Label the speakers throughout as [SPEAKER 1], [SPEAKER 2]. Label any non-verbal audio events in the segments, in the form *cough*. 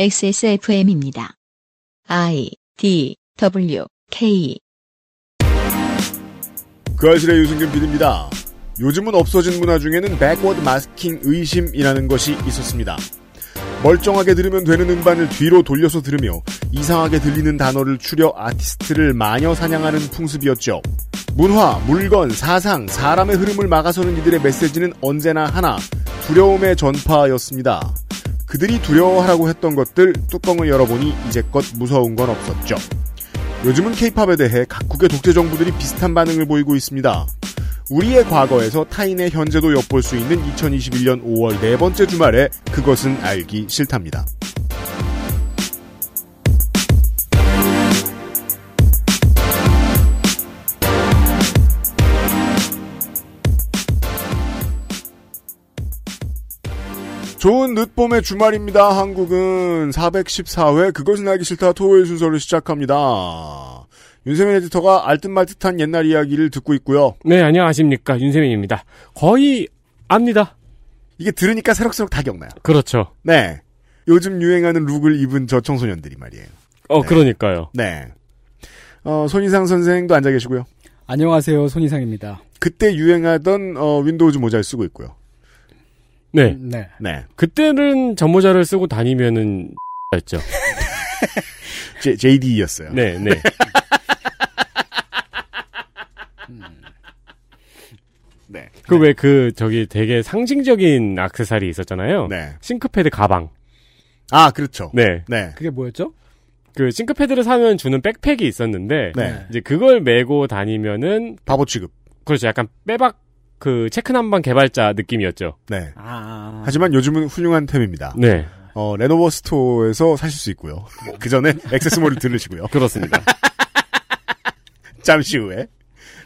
[SPEAKER 1] XSFM입니다. I D W K
[SPEAKER 2] 그 아실의 유승균 PD입니다. 요즘은 없어진 문화 중에는 백워드 마스킹 의심이라는 것이 있었습니다. 멀쩡하게 들으면 되는 음반을 뒤로 돌려서 들으며 이상하게 들리는 단어를 추려 아티스트를 마녀 사냥하는 풍습이었죠. 문화, 물건, 사상, 사람의 흐름을 막아서는 이들의 메시지는 언제나 하나, 두려움의 전파였습니다. 그들이 두려워하라고 했던 것들 뚜껑을 열어보니 이제껏 무서운 건 없었죠. 요즘은 케이팝에 대해 각국의 독재 정부들이 비슷한 반응을 보이고 있습니다. 우리의 과거에서 타인의 현재도 엿볼 수 있는 2021년 5월 네 번째 주말에 그것은 알기 싫답니다. 좋은 늦봄의 주말입니다. 한국은 414회 그것은 알기 싫다 토요일 순서를 시작합니다. 윤세민 에디터가 알듯말듯한 옛날 이야기를 듣고 있고요.
[SPEAKER 3] 네, 안녕하십니까. 윤세민입니다. 거의 압니다.
[SPEAKER 2] 이게 들으니까 새록새록 다 기억나요.
[SPEAKER 3] 그렇죠.
[SPEAKER 2] 네. 요즘 유행하는 룩을 입은 저 청소년들이 말이에요.
[SPEAKER 3] 어,
[SPEAKER 2] 네.
[SPEAKER 3] 그러니까요.
[SPEAKER 2] 네. 어, 손희상 선생도 앉아 계시고요.
[SPEAKER 4] 안녕하세요, 손희상입니다.
[SPEAKER 2] 그때 유행하던 어, 윈도우즈 모자를 쓰고 있고요.
[SPEAKER 3] 네.
[SPEAKER 4] 네.
[SPEAKER 2] 네.
[SPEAKER 3] 그때는 전모자를 쓰고 다니면은 였죠.
[SPEAKER 2] J, JD였어요.
[SPEAKER 3] 네, 네.
[SPEAKER 2] 네.
[SPEAKER 3] 그 왜 그 저기 되게 상징적인 악세사리 있었잖아요.
[SPEAKER 2] 네.
[SPEAKER 3] 싱크패드 가방.
[SPEAKER 2] 아, 그렇죠.
[SPEAKER 3] 어. 네.
[SPEAKER 2] 네.
[SPEAKER 4] 그게 뭐였죠?
[SPEAKER 3] 그 싱크패드를 사면 주는 백팩이 있었는데
[SPEAKER 2] 네.
[SPEAKER 3] 이제 그걸 메고 다니면은
[SPEAKER 2] 바보 취급.
[SPEAKER 3] 그렇죠. 약간 빼박 그 체크 난방 개발자 느낌이었죠.
[SPEAKER 2] 네.
[SPEAKER 4] 아.
[SPEAKER 2] 하지만 요즘은 훌륭한 템입니다.
[SPEAKER 3] 네. 뭐.
[SPEAKER 2] 어, 레노버 스토어에서 사실 수 있고요. *laughs* 그 전에 액세스몰을 들으시고요.
[SPEAKER 3] 그렇습니다.
[SPEAKER 2] *laughs* 잠시 후에.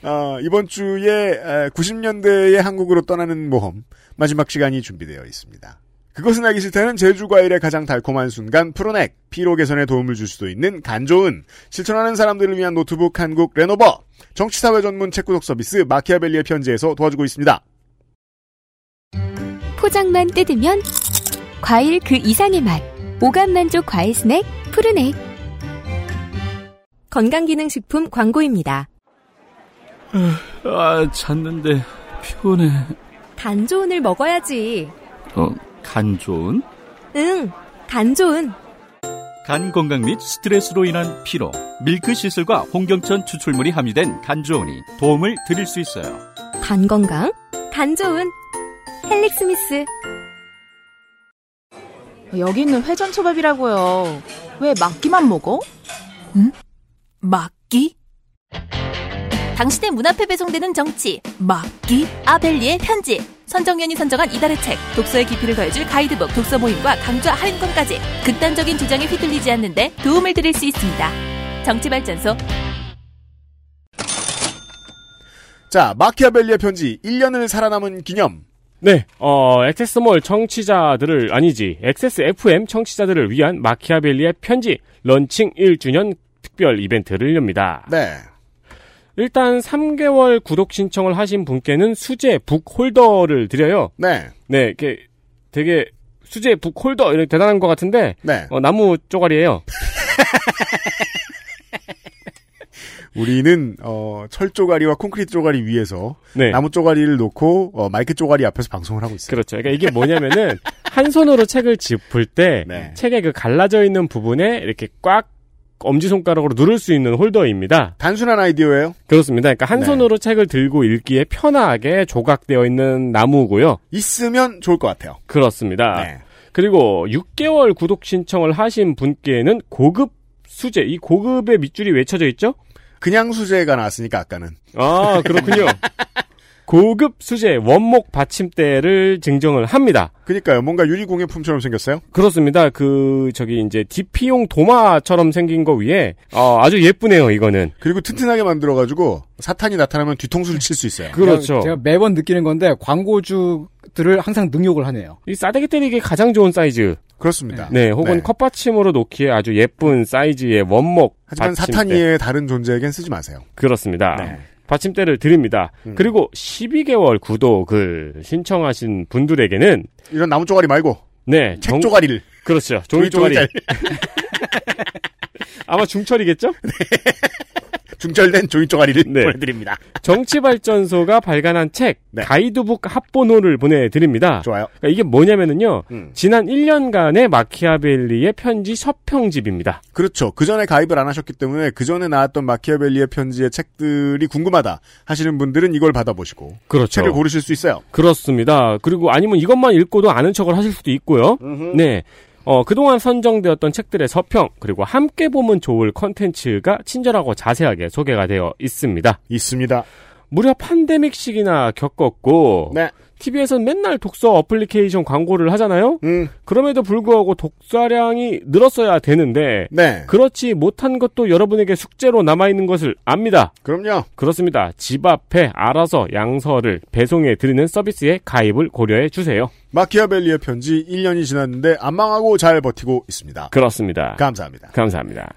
[SPEAKER 2] 어, 이번 주에 90년대의 한국으로 떠나는 모험 마지막 시간이 준비되어 있습니다. 그것은 알기 싫다는 제주 과일의 가장 달콤한 순간 프로넥 피로 개선에 도움을 줄 수도 있는 간 좋은 실천하는 사람들을 위한 노트북 한국 레노버 정치사회 전문 책구독 서비스 마키아벨리의 편지에서 도와주고 있습니다.
[SPEAKER 5] 포장만 뜯으면 과일 그 이상의 맛. 오감 만족 과일 스낵 푸르넥. 건강기능식품 광고입니다.
[SPEAKER 6] 아, 잤는데 피곤해.
[SPEAKER 5] 간 좋은을 먹어야지.
[SPEAKER 6] 어, 간 좋은?
[SPEAKER 5] 응, 간 좋은.
[SPEAKER 6] 간 건강 및 스트레스로 인한 피로, 밀크 시슬과 홍경천 추출물이 함유된 간 좋은이 도움을 드릴 수 있어요.
[SPEAKER 5] 간 건강, 간 좋은. 헬릭스미스.
[SPEAKER 7] 여기 있는 회전초밥이라고요. 왜 막기만 먹어?
[SPEAKER 8] 막기? 당신의 문 앞에 배송되는 정치 막기 아벨리의 편지 선정연이 선정한 이달의 책 독서의 깊이를 더해줄 가이드북 독서 모임과 강좌 할인권까지 극단적인 주장에 휘둘리지 않는데 도움을 드릴 수 있습니다 정치발전소
[SPEAKER 2] 자 마키아벨리의 편지 1년을 살아남은 기념
[SPEAKER 3] 네, 어, 액세스몰 청취자들을, 아니지, XSFM 청취자들을 위한 마키아벨리의 편지, 런칭 1주년 특별 이벤트를 엽니다.
[SPEAKER 2] 네
[SPEAKER 3] 일단 3개월 구독 신청을 하신 분께는 수제 북 홀더를 드려요.
[SPEAKER 2] 네,
[SPEAKER 3] 네, 이렇게 되게 수제 북 홀더, 이런 대단한 것 같은데,
[SPEAKER 2] 네.
[SPEAKER 3] 어, 나무 쪼가리예요
[SPEAKER 2] 우리는 어, 철 쪼가리와 콘크리트 쪼가리 위에서
[SPEAKER 3] 네.
[SPEAKER 2] 나무 쪼가리를 놓고 어, 마이크 쪼가리 앞에서 방송을 하고 있어요.
[SPEAKER 3] 그렇죠. 그러니까 이게
[SPEAKER 2] *laughs*
[SPEAKER 3] 뭐냐면은 한 손으로 책을 짚을 때
[SPEAKER 2] 네.
[SPEAKER 3] 책의 그 갈라져 있는 부분에 이렇게 꽉 엄지 손가락으로 누를 수 있는 홀더입니다.
[SPEAKER 2] 단순한 아이디어예요.
[SPEAKER 3] 그렇습니다. 그러니까 한
[SPEAKER 2] 네.
[SPEAKER 3] 손으로 책을 들고 읽기에 편하게 조각되어 있는 나무고요.
[SPEAKER 2] 있으면 좋을 것 같아요.
[SPEAKER 3] 그렇습니다.
[SPEAKER 2] 네.
[SPEAKER 3] 그리고 6개월 구독 신청을 하신 분께는 고급 수제, 이 고급의 밑줄이 외쳐져 있죠?
[SPEAKER 2] 그냥 수제가 나왔으니까 아까는
[SPEAKER 3] 아, 그렇군요. 고급 수제 원목 받침대를 증정을 합니다.
[SPEAKER 2] 그러니까요. 뭔가 유리공예 품처럼 생겼어요.
[SPEAKER 3] 그렇습니다. 그 저기 이제 DP용 도마처럼 생긴 거 위에 어, 아주 예쁘네요. 이거는
[SPEAKER 2] 그리고 튼튼하게 만들어가지고 사탄이 나타나면 뒤통수를 칠 수 있어요.
[SPEAKER 3] 그렇죠.
[SPEAKER 4] 제가 매번 느끼는 건데 광고주들을 항상 능욕을 하네요.
[SPEAKER 3] 이 싸대기 때리기 가장 좋은 사이즈.
[SPEAKER 2] 그렇습니다.
[SPEAKER 3] 네, 혹은 컵받침으로 놓기에 아주 예쁜 사이즈의 원목
[SPEAKER 2] 하지만
[SPEAKER 3] 받침대.
[SPEAKER 2] 사탄 이외의 다른 존재에겐 쓰지 마세요.
[SPEAKER 3] 그렇습니다.
[SPEAKER 2] 네.
[SPEAKER 3] 받침대를 드립니다.
[SPEAKER 2] 음.
[SPEAKER 3] 그리고 12개월 구독을 신청하신 분들에게는
[SPEAKER 2] 이런 나무 쪼가리 말고
[SPEAKER 3] 네,
[SPEAKER 2] 책 쪼가리를
[SPEAKER 3] 그렇죠. 종이
[SPEAKER 2] 종이
[SPEAKER 3] 쪼가리. *laughs* 아마 중철이겠죠?
[SPEAKER 2] *laughs* 네. 중절된 종이 쪼가리를
[SPEAKER 3] 네.
[SPEAKER 2] 보내드립니다.
[SPEAKER 3] 정치발전소가 발간한 책
[SPEAKER 2] 네.
[SPEAKER 3] 가이드북 합본호를 보내드립니다.
[SPEAKER 2] 좋아요.
[SPEAKER 3] 그러니까 이게 뭐냐면은요.
[SPEAKER 2] 음.
[SPEAKER 3] 지난 1년간의 마키아벨리의 편지 서평집입니다.
[SPEAKER 2] 그렇죠. 그 전에 가입을 안 하셨기 때문에 그 전에 나왔던 마키아벨리의 편지의 책들이 궁금하다 하시는 분들은 이걸 받아보시고
[SPEAKER 3] 그렇죠.
[SPEAKER 2] 책을 고르실 수 있어요.
[SPEAKER 3] 그렇습니다. 그리고 아니면 이것만 읽고도 아는 척을 하실 수도 있고요. 네. 어, 그동안 선정되었던 책들의 서평, 그리고 함께 보면 좋을 컨텐츠가 친절하고 자세하게 소개가 되어 있습니다.
[SPEAKER 2] 있습니다.
[SPEAKER 3] 무려 팬데믹 시기나 겪었고,
[SPEAKER 2] 네.
[SPEAKER 3] TV에서는 맨날 독서 어플리케이션 광고를 하잖아요?
[SPEAKER 2] 음.
[SPEAKER 3] 그럼에도 불구하고 독서량이 늘었어야 되는데,
[SPEAKER 2] 네.
[SPEAKER 3] 그렇지 못한 것도 여러분에게 숙제로 남아있는 것을 압니다.
[SPEAKER 2] 그럼요.
[SPEAKER 3] 그렇습니다. 집 앞에 알아서 양서를 배송해 드리는 서비스에 가입을 고려해 주세요.
[SPEAKER 2] 마키아벨리의 편지 1년이 지났는데 안 망하고 잘 버티고 있습니다.
[SPEAKER 3] 그렇습니다.
[SPEAKER 2] 감사합니다.
[SPEAKER 3] 감사합니다.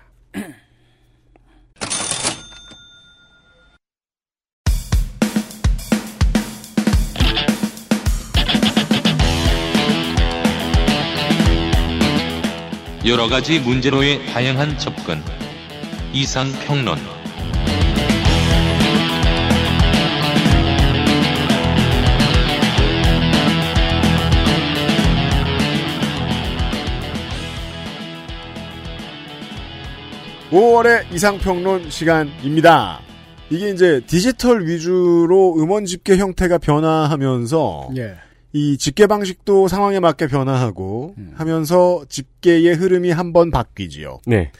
[SPEAKER 9] 여러 가지 문제로의 다양한 접근. 이상 평론.
[SPEAKER 2] 오 5월의 이상평론 시간입니다. 이게 이제 디지털 위주로 음원 집계 형태가
[SPEAKER 3] 어.
[SPEAKER 2] 변화하면서
[SPEAKER 4] 예.
[SPEAKER 2] 이 집계 방식도 상황에 맞게 변화하고
[SPEAKER 4] 음.
[SPEAKER 2] 하면서 집계의 흐름이 한번 바뀌지요.
[SPEAKER 3] 네.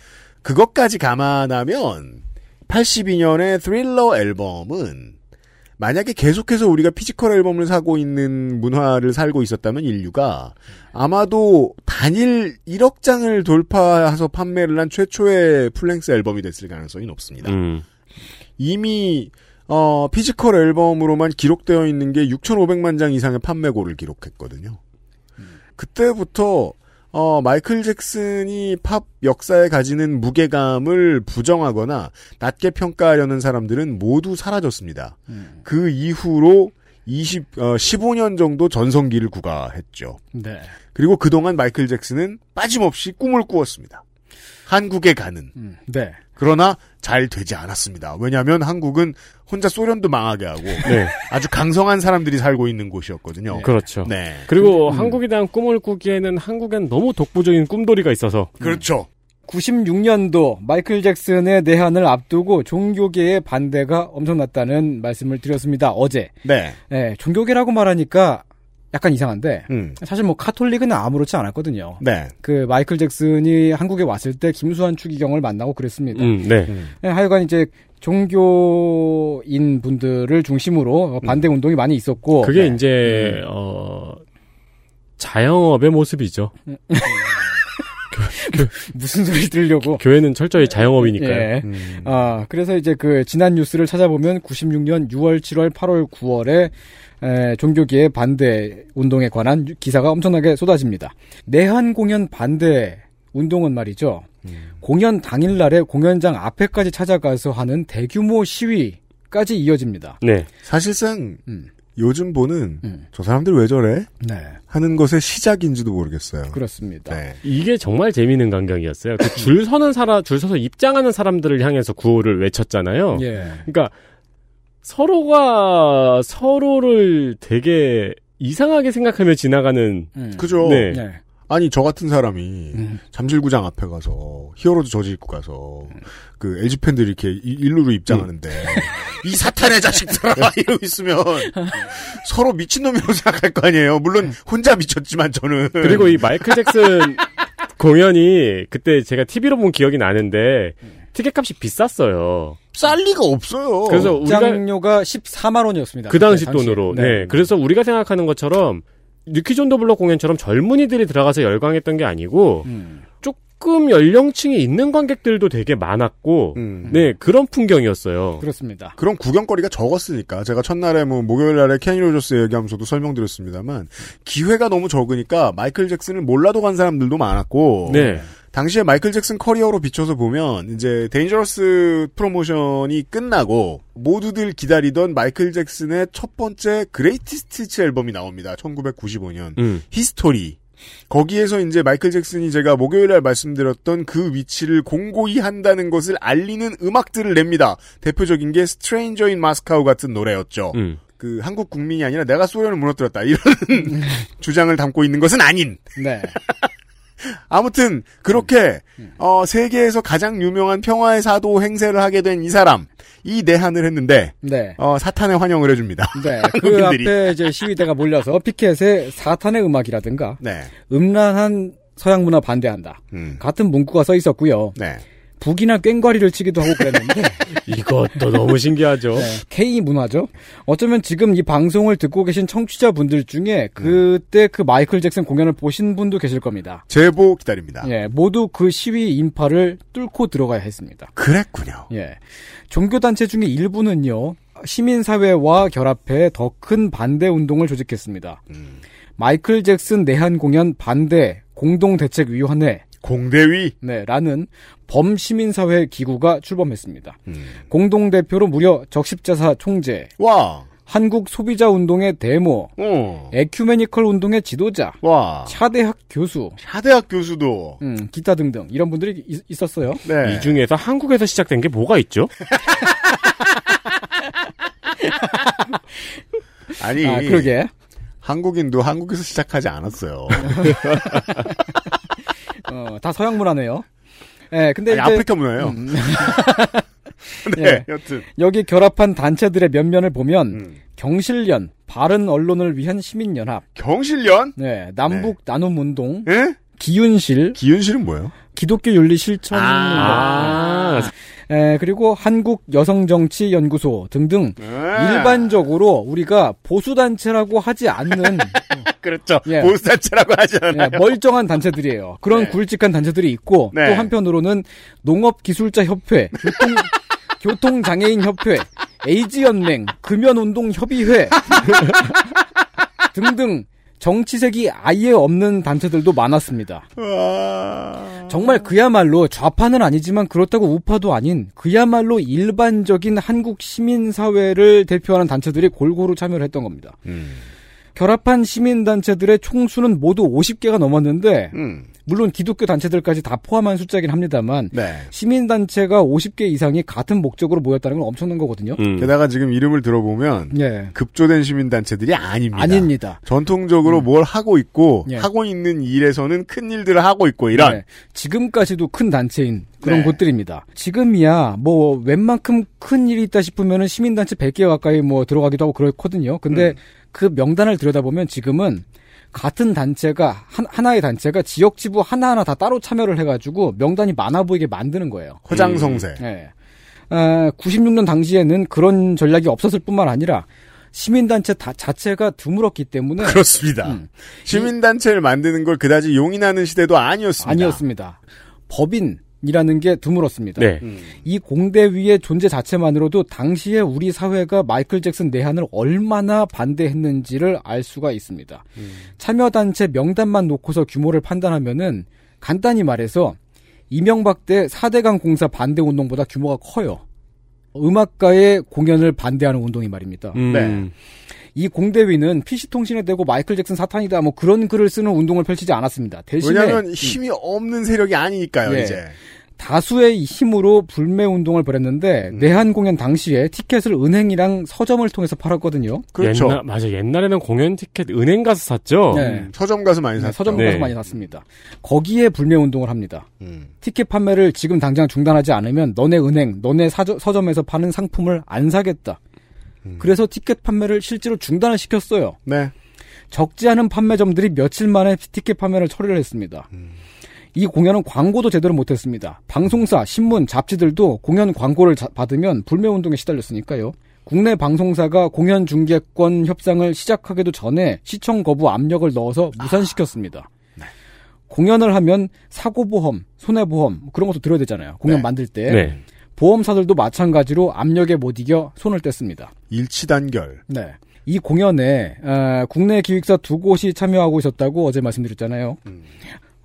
[SPEAKER 2] 그것까지 감안하면 82년의 스릴러 앨범은 만약에 계속해서 우리가 피지컬 앨범을 사고 있는 문화를 살고 있었다면 인류가 아마도 단일 1억 장을 돌파해서 판매를 한 최초의 플랭스 앨범이 됐을 가능성이 높습니다.
[SPEAKER 3] 음.
[SPEAKER 2] 이미 어, 피지컬 앨범으로만 기록되어 있는 게 6,500만 장 이상의 판매고를 기록했거든요. 그때부터 어, 마이클 잭슨이 팝 역사에 가지는 무게감을 부정하거나 낮게 평가하려는 사람들은 모두 사라졌습니다. 그 이후로 20, 어, 15년 정도 전성기를 구가했죠.
[SPEAKER 4] 네.
[SPEAKER 2] 그리고 그동안 마이클 잭슨은 빠짐없이 꿈을 꾸었습니다. 한국에 가는.
[SPEAKER 4] 음. 네.
[SPEAKER 2] 그러나 잘 되지 않았습니다. 왜냐하면 한국은 혼자 소련도 망하게 하고
[SPEAKER 3] 네.
[SPEAKER 2] 아주 강성한 사람들이 살고 있는 곳이었거든요.
[SPEAKER 3] 그렇죠.
[SPEAKER 2] 네.
[SPEAKER 3] 그리고 한국에 대한 꿈을 꾸기에는 한국엔 너무 독보적인 꿈돌이가 있어서
[SPEAKER 2] 그렇죠.
[SPEAKER 4] 96년도 마이클 잭슨의 내한을 앞두고 종교계의 반대가 엄청났다는 말씀을 드렸습니다. 어제.
[SPEAKER 2] 네.
[SPEAKER 4] 예, 종교계라고 말하니까 약간 이상한데
[SPEAKER 2] 음.
[SPEAKER 4] 사실 뭐 카톨릭은 아무렇지 않았거든요.
[SPEAKER 2] 네.
[SPEAKER 4] 그 마이클 잭슨이 한국에 왔을 때 김수환 추기경을 만나고 그랬습니다.
[SPEAKER 3] 음, 네.
[SPEAKER 4] 예, 하여간 이제 종교인 분들을 중심으로 반대 운동이 많이
[SPEAKER 3] 음.
[SPEAKER 4] 있었고 예,
[SPEAKER 3] 그게 이제 어 자영업의 모습이죠.
[SPEAKER 4] 무슨 소리 들려고
[SPEAKER 3] 교회는 철저히 자영업이니까요.
[SPEAKER 4] 예.
[SPEAKER 2] 음.
[SPEAKER 4] 아, 그래서 이제 그 지난 뉴스를 찾아보면 96년 6월, 7월, 8월, 9월에 에, 종교계의 반대 운동에 관한 유- 기사가 엄청나게 쏟아집니다. 내한 공연 반대 운동은 말이죠.
[SPEAKER 3] 음.
[SPEAKER 4] 공연 당일날에 공연장 앞에까지 찾아가서 하는 대규모 시위까지 이어집니다.
[SPEAKER 3] 네.
[SPEAKER 2] 사실상
[SPEAKER 4] 음.
[SPEAKER 2] 요즘 보는
[SPEAKER 4] 음.
[SPEAKER 2] 저 사람들 왜 저래?
[SPEAKER 4] 네,
[SPEAKER 2] 하는 것의 시작인지도 모르겠어요.
[SPEAKER 4] 그렇습니다.
[SPEAKER 2] 네.
[SPEAKER 3] 이게 정말 재미있는 광경이었어요. 그 줄 서는 사람, 줄 서서 입장하는 사람들을 향해서 구호를 외쳤잖아요.
[SPEAKER 4] 예,
[SPEAKER 3] 그러니까 서로가 서로를 되게 이상하게 생각하며 지나가는
[SPEAKER 4] 음.
[SPEAKER 2] 그죠.
[SPEAKER 3] 네.
[SPEAKER 4] 네.
[SPEAKER 2] 아니 저 같은 사람이
[SPEAKER 4] 음.
[SPEAKER 2] 잠실구장 앞에 가서 히어로즈 저지 입고 가서 그 LG 팬들이 이렇게 이- 일루로 입장하는데
[SPEAKER 3] 네.
[SPEAKER 2] 이 사탄의 자식들아 이러고 있으면 서로 미친놈이라고 생각할 거 아니에요. 물론 혼자 미쳤지만 저는
[SPEAKER 3] 네. 그리고 이 마이클 잭슨 공연이 그때 제가 TV로 본 기억이 나는데 티켓값이 비쌌어요.
[SPEAKER 2] 쌀 리가 없어요.
[SPEAKER 3] 그래서 우리가
[SPEAKER 4] 입장료가 14만 원이었습니다.
[SPEAKER 3] 그 당시
[SPEAKER 4] 네,
[SPEAKER 3] 돈으로 네.
[SPEAKER 4] 당시에.
[SPEAKER 3] 그래서 우리가 생각하는 것처럼 뉴키존 더블럭 공연처럼 젊은이들이 들어가서 열광했던 게 아니고
[SPEAKER 4] 음.
[SPEAKER 3] 조금 연령층이 있는 관객들도 되게 많았고
[SPEAKER 2] 음.
[SPEAKER 3] 네 그런 풍경이었어요.
[SPEAKER 4] 그렇습니다.
[SPEAKER 2] 그런 구경거리가 적었으니까 제가 첫날에 뭐 목요일 날에 케니 로저스 얘기하면서도 설명드렸습니다만 기회가 너무 적으니까 마이클 잭슨을 몰라도 간 사람들도 많았고
[SPEAKER 3] 네.
[SPEAKER 2] 당시에 마이클 잭슨 커리어로 비춰서 보면 이제 데인저러스 프로모션이 끝나고 모두들 기다리던 마이클 잭슨의 첫 번째 그레이티스트 츠 앨범이 나옵니다. 1995년
[SPEAKER 3] 음.
[SPEAKER 2] 히스토리. 거기에서 이제 마이클 잭슨이 제가 목요일 날 말씀드렸던 그 위치를 공고히 한다는 것을 알리는 음악들을 냅니다. 대표적인 게 스트레인저 인 마스카우 같은 노래였죠.
[SPEAKER 3] 음.
[SPEAKER 2] 그 한국 국민이 아니라 내가 소련을 무너뜨렸다 이런 *laughs* 주장을 담고 있는 것은 아닌
[SPEAKER 4] 네.
[SPEAKER 2] 아무튼 그렇게 어, 세계에서 가장 유명한 평화의 사도 행세를 하게 된 이 사람 이 내한을 했는데
[SPEAKER 3] *laughs* 아,
[SPEAKER 4] 네.
[SPEAKER 2] 어, 사탄의 환영을 해줍니다. *laughs*
[SPEAKER 4] 네. 그
[SPEAKER 2] 한국인들이.
[SPEAKER 4] 앞에 이제 시위대가 몰려서 피켓에 사탄의 음악이라든가
[SPEAKER 2] 네,
[SPEAKER 4] 음란한 서양 문화 반대한다.
[SPEAKER 2] 음,
[SPEAKER 4] 같은 문구가 써 있었고요.
[SPEAKER 2] 네,
[SPEAKER 4] 북이나 꽹과리를 치기도 하고
[SPEAKER 3] *laughs*
[SPEAKER 4] 그랬는데
[SPEAKER 3] 이것도 너무 신기하죠.
[SPEAKER 4] 네, K 문화죠. 어쩌면 지금 이 방송을 듣고 계신 청취자분들 중에 그때 그 마이클 잭슨 공연을 보신 분도 계실 겁니다.
[SPEAKER 2] 제보
[SPEAKER 3] 아.
[SPEAKER 2] 기다립니다.
[SPEAKER 4] 예, 모두 그 시위 인파를 뚫고 들어가야 했습니다.
[SPEAKER 2] 그랬군요.
[SPEAKER 4] 예. 종교단체 중에 일부는요, 시민사회와 결합해 더 큰 반대 운동을 조직했습니다.
[SPEAKER 2] 음.
[SPEAKER 4] 마이클 잭슨 내한 공연 반대 공동대책위원회,
[SPEAKER 2] 공대위
[SPEAKER 4] 네, 라는 범시민사회 기구가 출범했습니다.
[SPEAKER 2] 음.
[SPEAKER 4] 공동대표로 무려 적십자사 총재,
[SPEAKER 2] 와,
[SPEAKER 4] 한국 소비자 운동의 데모,
[SPEAKER 2] 어,
[SPEAKER 4] 에큐메니컬 운동의 지도자,
[SPEAKER 2] 와,
[SPEAKER 4] 차대학 교수,
[SPEAKER 2] 하대학 교수도
[SPEAKER 4] 음, 기타 등등 이런 분들이 있, 있었어요.
[SPEAKER 2] 네,
[SPEAKER 3] 이 중에서 한국에서 시작된 게 뭐가 있죠?
[SPEAKER 2] 아니
[SPEAKER 4] 아, 그러게.
[SPEAKER 2] 한국인도 한국에서 시작하지
[SPEAKER 4] *laughs*
[SPEAKER 2] 않았어요.
[SPEAKER 4] 어, 다 서양 문화네요. 예, 근데
[SPEAKER 2] 아니,
[SPEAKER 4] 이제 음.
[SPEAKER 2] 아프리카 문화예요. *laughs* 네,
[SPEAKER 4] 예.
[SPEAKER 2] 여튼
[SPEAKER 4] 여기 결합한 단체들의 면면을 보면
[SPEAKER 2] 음.
[SPEAKER 4] 경실련, 바른 언론을 위한 시민연합,
[SPEAKER 2] 경실련,
[SPEAKER 4] 네, 남북 나눔 운동,
[SPEAKER 2] 예,
[SPEAKER 4] 기윤실,
[SPEAKER 2] 기윤실은 뭐예요?
[SPEAKER 4] 기독교 윤리 실천
[SPEAKER 3] 아,
[SPEAKER 4] 운동, 예, 그리고 한국 여성정치 연구소 등등
[SPEAKER 2] 네.
[SPEAKER 4] 일반적으로 우리가 보수 단체라고 하지 않는
[SPEAKER 2] 그렇죠.
[SPEAKER 4] 예.
[SPEAKER 2] 보수단체라고 하지 않아요.
[SPEAKER 4] 예, 멀쩡한 단체들이에요. 그런
[SPEAKER 2] 네.
[SPEAKER 4] 굵직한 단체들이 있고
[SPEAKER 2] 네.
[SPEAKER 4] 또 한편으로는 농업기술자협회,
[SPEAKER 2] *laughs*
[SPEAKER 4] 교통, 교통장애인협회, 에이즈연맹,
[SPEAKER 2] *laughs*
[SPEAKER 4] 금연운동협의회 등등 정치색이 아예 없는 단체들도 많았습니다.
[SPEAKER 2] 뭐 와.
[SPEAKER 4] 정말 그야말로 좌파는 아니지만 그렇다고 우파도 아닌 그야말로 일반적인 한국 시민사회를 대표하는 단체들이 골고루 참여를 했던 겁니다.
[SPEAKER 2] 음.
[SPEAKER 4] 결합한 시민단체들의 총수는 모두 50개가 넘었는데
[SPEAKER 2] 음.
[SPEAKER 4] 물론 기독교 단체들까지 다 포함한 숫자긴 합니다만
[SPEAKER 2] 네.
[SPEAKER 4] 시민단체가 50개 이상이 같은 목적으로 모였다는 건 엄청난 거거든요.
[SPEAKER 3] 음.
[SPEAKER 2] 게다가 지금 이름을 들어보면
[SPEAKER 4] 예.
[SPEAKER 2] 급조된 시민단체들이 음. 아닙니다. 음.
[SPEAKER 4] 아닙니다.
[SPEAKER 2] 전통적으로 뭘 하고 있고
[SPEAKER 4] 예.
[SPEAKER 2] 하고 있는 일에서는 큰 일들을 하고 있고 이런
[SPEAKER 4] 네. 지금까지도 큰 단체인 그런
[SPEAKER 2] 네.
[SPEAKER 4] 곳들입니다. 지금이야 뭐 웬만큼 큰 일이 있다 싶으면은 시민단체 100개 가까이 뭐 들어가기도 하고 그렇거든요. 근데
[SPEAKER 2] 음.
[SPEAKER 4] 그 명단을 들여다보면 지금은 같은 단체가 한, 하나의 단체가 지역 지부 하나하나 다 따로 참여를 해가지고 명단이 많아 보이게 만드는 거예요.
[SPEAKER 2] 허장성세.
[SPEAKER 4] 예. 아, 96년 당시에는 그런 전략이 없었을 뿐만 아니라 시민단체 다- 자체가 드물었기 때문에
[SPEAKER 2] 예. 그렇습니다.
[SPEAKER 4] 음.
[SPEAKER 2] 시민단체를 만드는 걸 그다지 용인하는 시대도 아니었습니다.
[SPEAKER 4] 아니었습니다. 법인이라는 게 드물었습니다.
[SPEAKER 3] 네.
[SPEAKER 2] 음.
[SPEAKER 4] 이 공대위의 존재 자체만으로도 당시에 우리 사회가 마이클 잭슨 내한을 얼마나 반대했는지를 알 수가 있습니다. 참여단체 명단만 놓고서 규모를 판단하면은 간단히 말해서 이명박 때 4대강 공사 반대 운동보다 규모가 커요. 음악가의 공연을 반대하는 운동이 말입니다.
[SPEAKER 3] 음.
[SPEAKER 2] 네.
[SPEAKER 4] 이 공대위는 PC통신에 대고 마이클 잭슨 사탄이다 뭐 그런 글을 쓰는 운동을 펼치지 않았습니다. 대신에
[SPEAKER 2] 왜냐하면 힘이 없는 세력이 아니니까요.
[SPEAKER 4] 예.
[SPEAKER 2] 이제
[SPEAKER 4] 다수의 힘으로 불매 운동을 벌였는데
[SPEAKER 2] 음.
[SPEAKER 4] 내한 공연 당시에 티켓을 은행이랑 서점을 통해서 팔았거든요.
[SPEAKER 2] 그렇죠.
[SPEAKER 3] 옛날, 맞아. 옛날에는 공연 티켓 은행 가서 샀죠?
[SPEAKER 4] 네.
[SPEAKER 2] 서점 예. 음, 가서 많이 샀죠.
[SPEAKER 4] 서점
[SPEAKER 3] 네.
[SPEAKER 4] 가서 많이 샀습니다. 거기에 불매 운동을 합니다.
[SPEAKER 2] 음.
[SPEAKER 4] 티켓 판매를 지금 당장 중단하지 않으면 너네 은행, 너네 사저- 서점에서 파는 상품을 안 사겠다.
[SPEAKER 2] 음.
[SPEAKER 4] 그래서 티켓 판매를 실제로 중단을 시켰어요.
[SPEAKER 2] 네.
[SPEAKER 4] 적지 않은 판매점들이 며칠 만에 티켓 판매를 처리를 했습니다. 이 공연은 광고도 제대로 못했습니다. 방송사, 신문, 잡지들도 공연 광고를 자- 받으면 불매운동에 시달렸으니까요. 국내 방송사가 공연 중계권 협상을 시작하기도 전에 시청 거부 압력을 넣어서 무산시켰습니다. 공연을 하면 사고보험, 손해보험 그런 것도 들어야 되잖아요. 공연
[SPEAKER 2] 네.
[SPEAKER 4] 만들 때.
[SPEAKER 3] 네.
[SPEAKER 4] 보험사들도 마찬가지로 압력에 못 이겨 손을 뗐습니다.
[SPEAKER 2] 일치 단결.
[SPEAKER 4] 네. 이 공연에 어, 국내 기획사 두 곳이 참여하고 있었다고 어제 말씀드렸잖아요.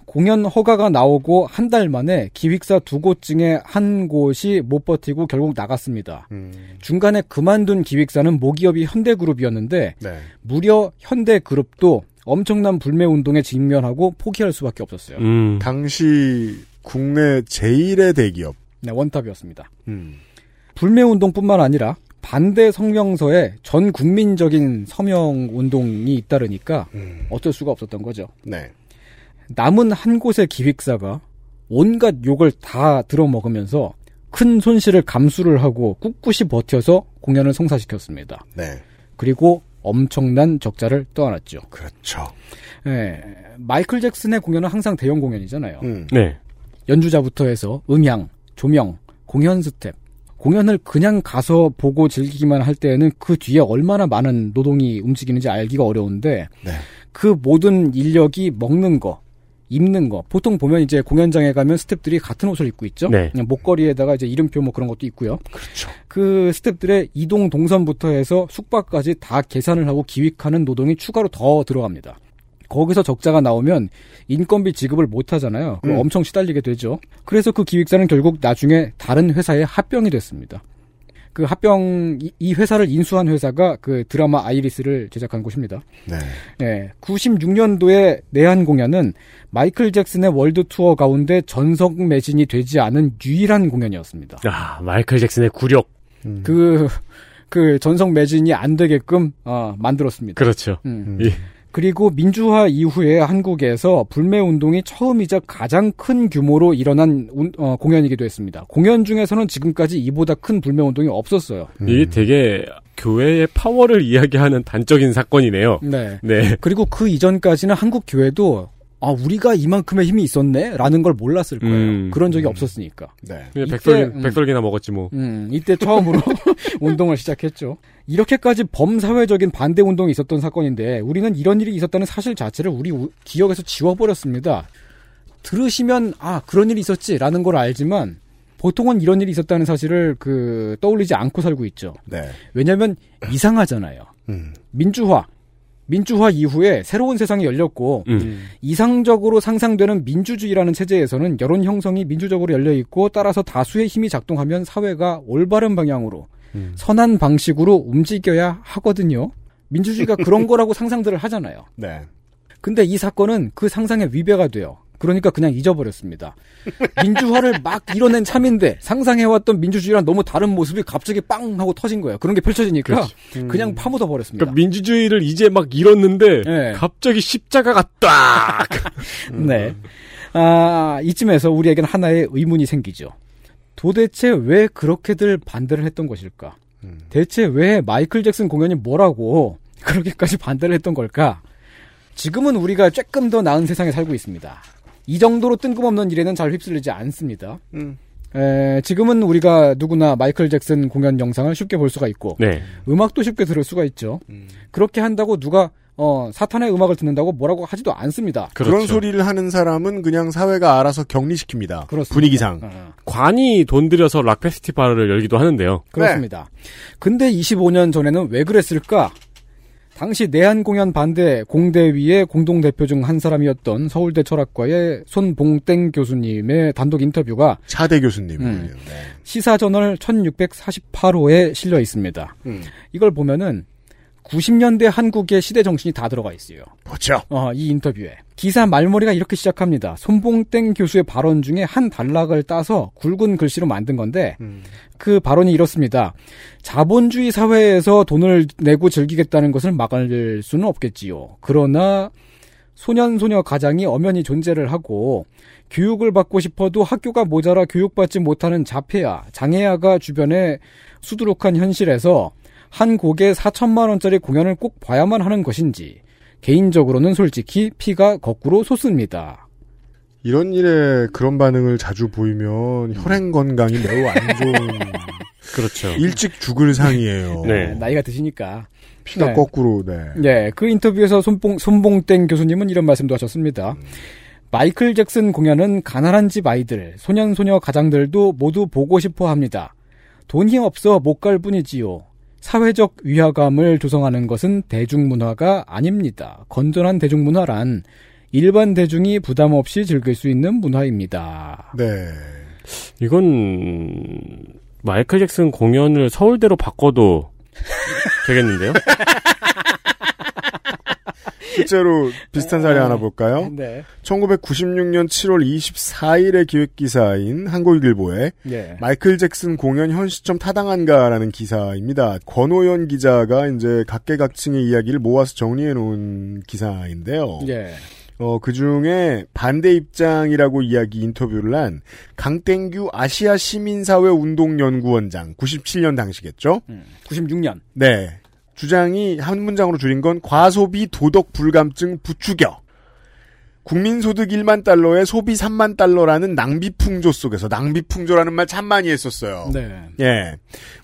[SPEAKER 4] 공연 허가가 나오고 한 달 만에 기획사 두 곳 중에 한 곳이 못 버티고 결국 나갔습니다.
[SPEAKER 2] 음.
[SPEAKER 4] 중간에 그만둔 기획사는 모기업이 현대그룹이었는데
[SPEAKER 2] 네.
[SPEAKER 4] 무려 현대그룹도 엄청난 불매 운동에 직면하고 포기할 수밖에 없었어요.
[SPEAKER 3] 음.
[SPEAKER 2] 당시 국내 제일의 대기업.
[SPEAKER 4] 네, 원탑이었습니다.
[SPEAKER 2] 음.
[SPEAKER 4] 불매 운동뿐만 아니라 반대 성명서에 전 국민적인 서명 운동이 잇따르니까
[SPEAKER 2] 음.
[SPEAKER 4] 어쩔 수가 없었던 거죠.
[SPEAKER 2] 네.
[SPEAKER 4] 남은 한 곳의 기획사가 온갖 욕을 다 들어먹으면서 큰 손실을 감수를 하고 꿋꿋이 버텨서 공연을 성사시켰습니다.
[SPEAKER 2] 네.
[SPEAKER 4] 그리고 엄청난 적자를 떠안았죠.
[SPEAKER 2] 그렇죠.
[SPEAKER 4] 예, 마이클 잭슨의 공연은 항상 대형 공연이잖아요.
[SPEAKER 2] 음.
[SPEAKER 3] 네.
[SPEAKER 4] 연주자부터 해서 음향, 조명, 공연 스텝. 공연을 그냥 가서 보고 즐기기만 할 때에는 그 뒤에 얼마나 많은 노동이 움직이는지 알기가 어려운데
[SPEAKER 2] 네.
[SPEAKER 4] 그 모든 인력이 먹는 거, 입는 거. 보통 보면 이제 공연장에 가면 스탭들이 같은 옷을 입고 있죠.
[SPEAKER 3] 네.
[SPEAKER 4] 그냥 목걸이에다가 이제 이름표 뭐 그런 것도 있고요.
[SPEAKER 2] 그렇죠.
[SPEAKER 4] 그 스탭들의 이동 동선부터 해서 숙박까지 다 계산을 하고 기획하는 노동이 추가로 더 들어갑니다. 거기서 적자가 나오면 인건비 지급을 못 하잖아요. 그럼
[SPEAKER 2] 음.
[SPEAKER 4] 엄청 시달리게 되죠. 그래서 그 기획사는 결국 나중에 다른 회사에 합병이 됐습니다. 그 합병 이- 이 회사를 인수한 회사가 그 드라마 아이리스를 제작한 곳입니다.
[SPEAKER 2] 네.
[SPEAKER 4] 네, 96년도에 내한 공연은 마이클 잭슨의 월드 투어 가운데 전석 매진이 되지 않은 유일한 공연이었습니다.
[SPEAKER 3] 아, 마이클 잭슨의 굴욕.
[SPEAKER 4] 그, 그 전석 매진이 안 되게끔 어, 만들었습니다.
[SPEAKER 3] 그렇죠.
[SPEAKER 4] 음.
[SPEAKER 3] 예.
[SPEAKER 4] 그리고 민주화 이후에 한국에서 불매 운동이 처음이자 가장 큰 규모로 일어난 운- 어, 공연이기도 했습니다. 공연 중에서는 지금까지 이보다 큰 불매 운동이 없었어요.
[SPEAKER 2] 음.
[SPEAKER 3] 이게 되게 교회의 파워를 이야기하는 단적인 사건이네요.
[SPEAKER 4] 네.
[SPEAKER 3] 네.
[SPEAKER 4] 그리고 그 이전까지는 한국 교회도 아 우리가 이만큼의 힘이 있었네라는 걸 몰랐을 거예요.
[SPEAKER 3] 음.
[SPEAKER 4] 그런 적이 없었으니까.
[SPEAKER 2] 네.
[SPEAKER 3] 그냥
[SPEAKER 4] 이때,
[SPEAKER 3] 백설기,
[SPEAKER 4] 음.
[SPEAKER 3] 백설기나 먹었지 뭐.
[SPEAKER 4] 음, 이때 처음으로 운동을 시작했죠. 이렇게까지 범사회적인 반대 운동이 있었던 사건인데 우리는 이런 일이 있었다는 사실 자체를 우리 우- 기억에서 지워버렸습니다. 들으시면 아 그런 일이 있었지라는 걸 알지만 보통은 이런 일이 있었다는 사실을 그 떠올리지 않고 살고 있죠.
[SPEAKER 2] 네.
[SPEAKER 4] 왜냐하면 이상하잖아요.
[SPEAKER 2] 음.
[SPEAKER 4] 민주화. 민주화 이후에 새로운 세상이 열렸고
[SPEAKER 3] 음.
[SPEAKER 4] 이상적으로 상상되는 민주주의라는 체제에서는 여론 형성이 민주적으로 열려 있고 따라서 다수의 힘이 작동하면 사회가 올바른 방향으로 선한 방식으로 움직여야 하거든요. 민주주의가 그런 거라고 상상들을 하잖아요.
[SPEAKER 2] 네.
[SPEAKER 4] 근데 이 사건은 그 상상에 위배가 돼요. 그러니까 그냥 잊어버렸습니다. 민주화를 막 이뤄낸 참인데 상상해왔던 민주주의랑 너무 다른 모습이 갑자기 빵 하고 터진 거예요. 그런 게 펼쳐지니까 그냥 파묻어 버렸습니다.
[SPEAKER 3] 그러니까 민주주의를 이제 막 잃었는데
[SPEAKER 4] 예.
[SPEAKER 3] 갑자기 십자가가
[SPEAKER 4] *laughs*
[SPEAKER 3] 딱.
[SPEAKER 2] 음.
[SPEAKER 4] 네. 아, 이쯤에서 우리에겐 하나의 의문이 생기죠. 도대체 왜 그렇게들 반대를 했던 것일까?
[SPEAKER 2] 음.
[SPEAKER 4] 대체 왜 마이클 잭슨 공연이 뭐라고 *laughs* 그렇게까지 반대를 했던 걸까? 지금은 우리가 조금 더 나은 세상에 살고 있습니다. 이 정도로 뜬금없는 일에는 잘 휩쓸리지 않습니다.
[SPEAKER 2] 음.
[SPEAKER 4] 에, 지금은 우리가 누구나 마이클 잭슨 공연 영상을 쉽게 볼 수가 있고
[SPEAKER 3] 네.
[SPEAKER 4] 음악도 쉽게 들을 수가 있죠.
[SPEAKER 2] 음.
[SPEAKER 4] 그렇게 한다고 누가 어, 사탄의 음악을 듣는다고 뭐라고 하지도 않습니다.
[SPEAKER 2] 그런
[SPEAKER 3] 그렇죠.
[SPEAKER 2] 소리를 하는 사람은 그냥 사회가 알아서 격리시킵니다.
[SPEAKER 4] 그렇습니다.
[SPEAKER 2] 분위기상. 네.
[SPEAKER 4] 어,
[SPEAKER 3] 관이 돈 들여서 락 페스티벌을 열기도 하는데요.
[SPEAKER 4] 그렇습니다. 근데 25년 전에는 왜 그랬을까? 당시 내한 공연 반대 공대위의 공동 대표 중 한 사람이었던 서울대 철학과의 손봉땡 교수님의 단독 인터뷰가
[SPEAKER 2] 차대 교수님.
[SPEAKER 4] 음.
[SPEAKER 2] 네.
[SPEAKER 4] 시사저널 1648호에 실려 있습니다.
[SPEAKER 2] 음.
[SPEAKER 4] 이걸 보면은 90년대 한국의 시대 정신이 다 들어가 있어요.
[SPEAKER 2] 그렇죠.
[SPEAKER 4] 어, 이 인터뷰에. 기사 말머리가 이렇게 시작합니다. 손봉땡 교수의 발언 중에 한 단락을 따서 굵은 글씨로 만든 건데, 그 발언이 이렇습니다. 자본주의 사회에서 돈을 내고 즐기겠다는 것을 막을 수는 없겠지요. 그러나, 소년, 소녀 가장이 엄연히 존재를 하고, 교육을 받고 싶어도 학교가 모자라 교육받지 못하는 자폐아, 장애아가 주변에 수두룩한 현실에서 한 곡에 4천만원짜리 공연을 꼭 봐야만 하는 것인지, 개인적으로는 솔직히 피가 거꾸로 솟습니다.
[SPEAKER 2] 이런 일에 그런 반응을 자주
[SPEAKER 4] 음.
[SPEAKER 2] 보이면 혈행 건강이 매우 안 좋은
[SPEAKER 4] *laughs*
[SPEAKER 3] 그렇죠.
[SPEAKER 2] 일찍 죽을 상이에요.
[SPEAKER 3] 네.
[SPEAKER 4] 나이가
[SPEAKER 2] 어.
[SPEAKER 4] 드시니까.
[SPEAKER 2] 피가
[SPEAKER 4] 네.
[SPEAKER 2] 거꾸로. 네.
[SPEAKER 4] 네, 그 인터뷰에서 손봉, 손봉땡 교수님은 이런 말씀도 하셨습니다.
[SPEAKER 2] 음.
[SPEAKER 4] 마이클 잭슨 공연은 가난한 집 아이들, 소년소녀 가장들도 모두 보고 싶어 합니다. 돈이 없어 못 갈 뿐이지요. 사회적 위화감을 조성하는 것은 대중문화가 아닙니다. 건전한 대중문화란 일반 대중이 부담 없이 즐길 수 있는 문화입니다.
[SPEAKER 2] 네.
[SPEAKER 3] 이건 마이클 잭슨 공연을 서울대로 바꿔도 되겠는데요?
[SPEAKER 2] 실제로 비슷한
[SPEAKER 4] 어.
[SPEAKER 2] 사례 하나 볼까요?
[SPEAKER 4] 네.
[SPEAKER 2] 1996년 7월 24일의 기획기사인 한국일보에
[SPEAKER 4] 예.
[SPEAKER 2] 마이클 잭슨 공연 현 시점 타당한가라는 기사입니다. 권호연 기자가 이제 각계각층의 이야기를 모아서 정리해 놓은 기사인데요.
[SPEAKER 4] 예.
[SPEAKER 2] 어, 그 중에 반대 입장이라고 이야기 인터뷰를 한 강땡규 아시아 시민사회 운동연구원장 97년 당시겠죠?
[SPEAKER 4] 96년.
[SPEAKER 2] 네. 주장이 한 문장으로 줄인 건 과소비 도덕 불감증 부추격. 국민소득 1만 달러에 소비 3만 달러라는 낭비풍조 속에서 낭비풍조라는 말 참 많이 했었어요.
[SPEAKER 4] 네.
[SPEAKER 2] 예.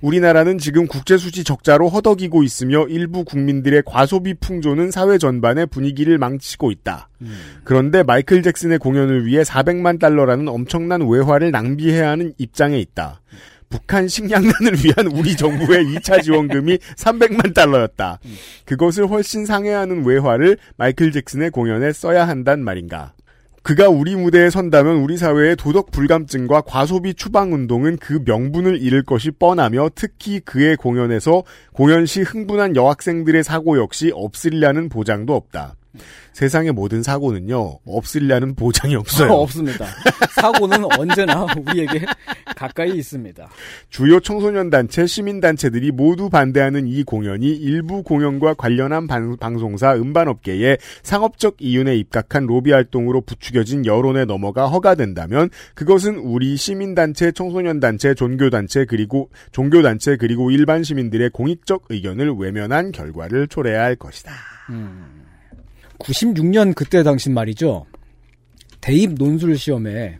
[SPEAKER 2] 우리나라는 지금 국제수지 적자로 허덕이고 있으며 일부 국민들의 과소비 풍조는 사회 전반의 분위기를 망치고 있다. 그런데 마이클 잭슨의 공연을 위해 400만 달러라는 엄청난 외화를 낭비해야 하는 입장에 있다. 북한 식량난을 위한 우리 정부의 2차 지원금이 300만 달러였다. 그것을 훨씬 상회하는 외화를 마이클 잭슨의 공연에 써야 한단 말인가. 그가 우리 무대에 선다면 우리 사회의 도덕 불감증과 과소비 추방 운동은 그 명분을 잃을 것이 뻔하며 특히 그의 공연에서 공연 시 흥분한 여학생들의 사고 역시 없으리라는 보장도 없다. 세상의 모든 사고는요, 없으리라는 보장이 없어요.
[SPEAKER 4] 아, *laughs* 없습니다. 사고는 *laughs* 언제나 우리에게 가까이 있습니다.
[SPEAKER 2] 주요 청소년 단체, 시민 단체들이 모두 반대하는 이 공연이 일부 공연과 관련한 방, 방송사 음반업계의 상업적 이윤에 입각한 로비 활동으로 부추겨진 여론에 넘어가 허가된다면 그것은 우리 시민 단체, 청소년 단체, 종교 단체 그리고 종교 단체 그리고 일반 시민들의 공익적 의견을 외면한 결과를 초래할 것이다.
[SPEAKER 4] 96년 그때 당시 말이죠. 대입 논술 시험에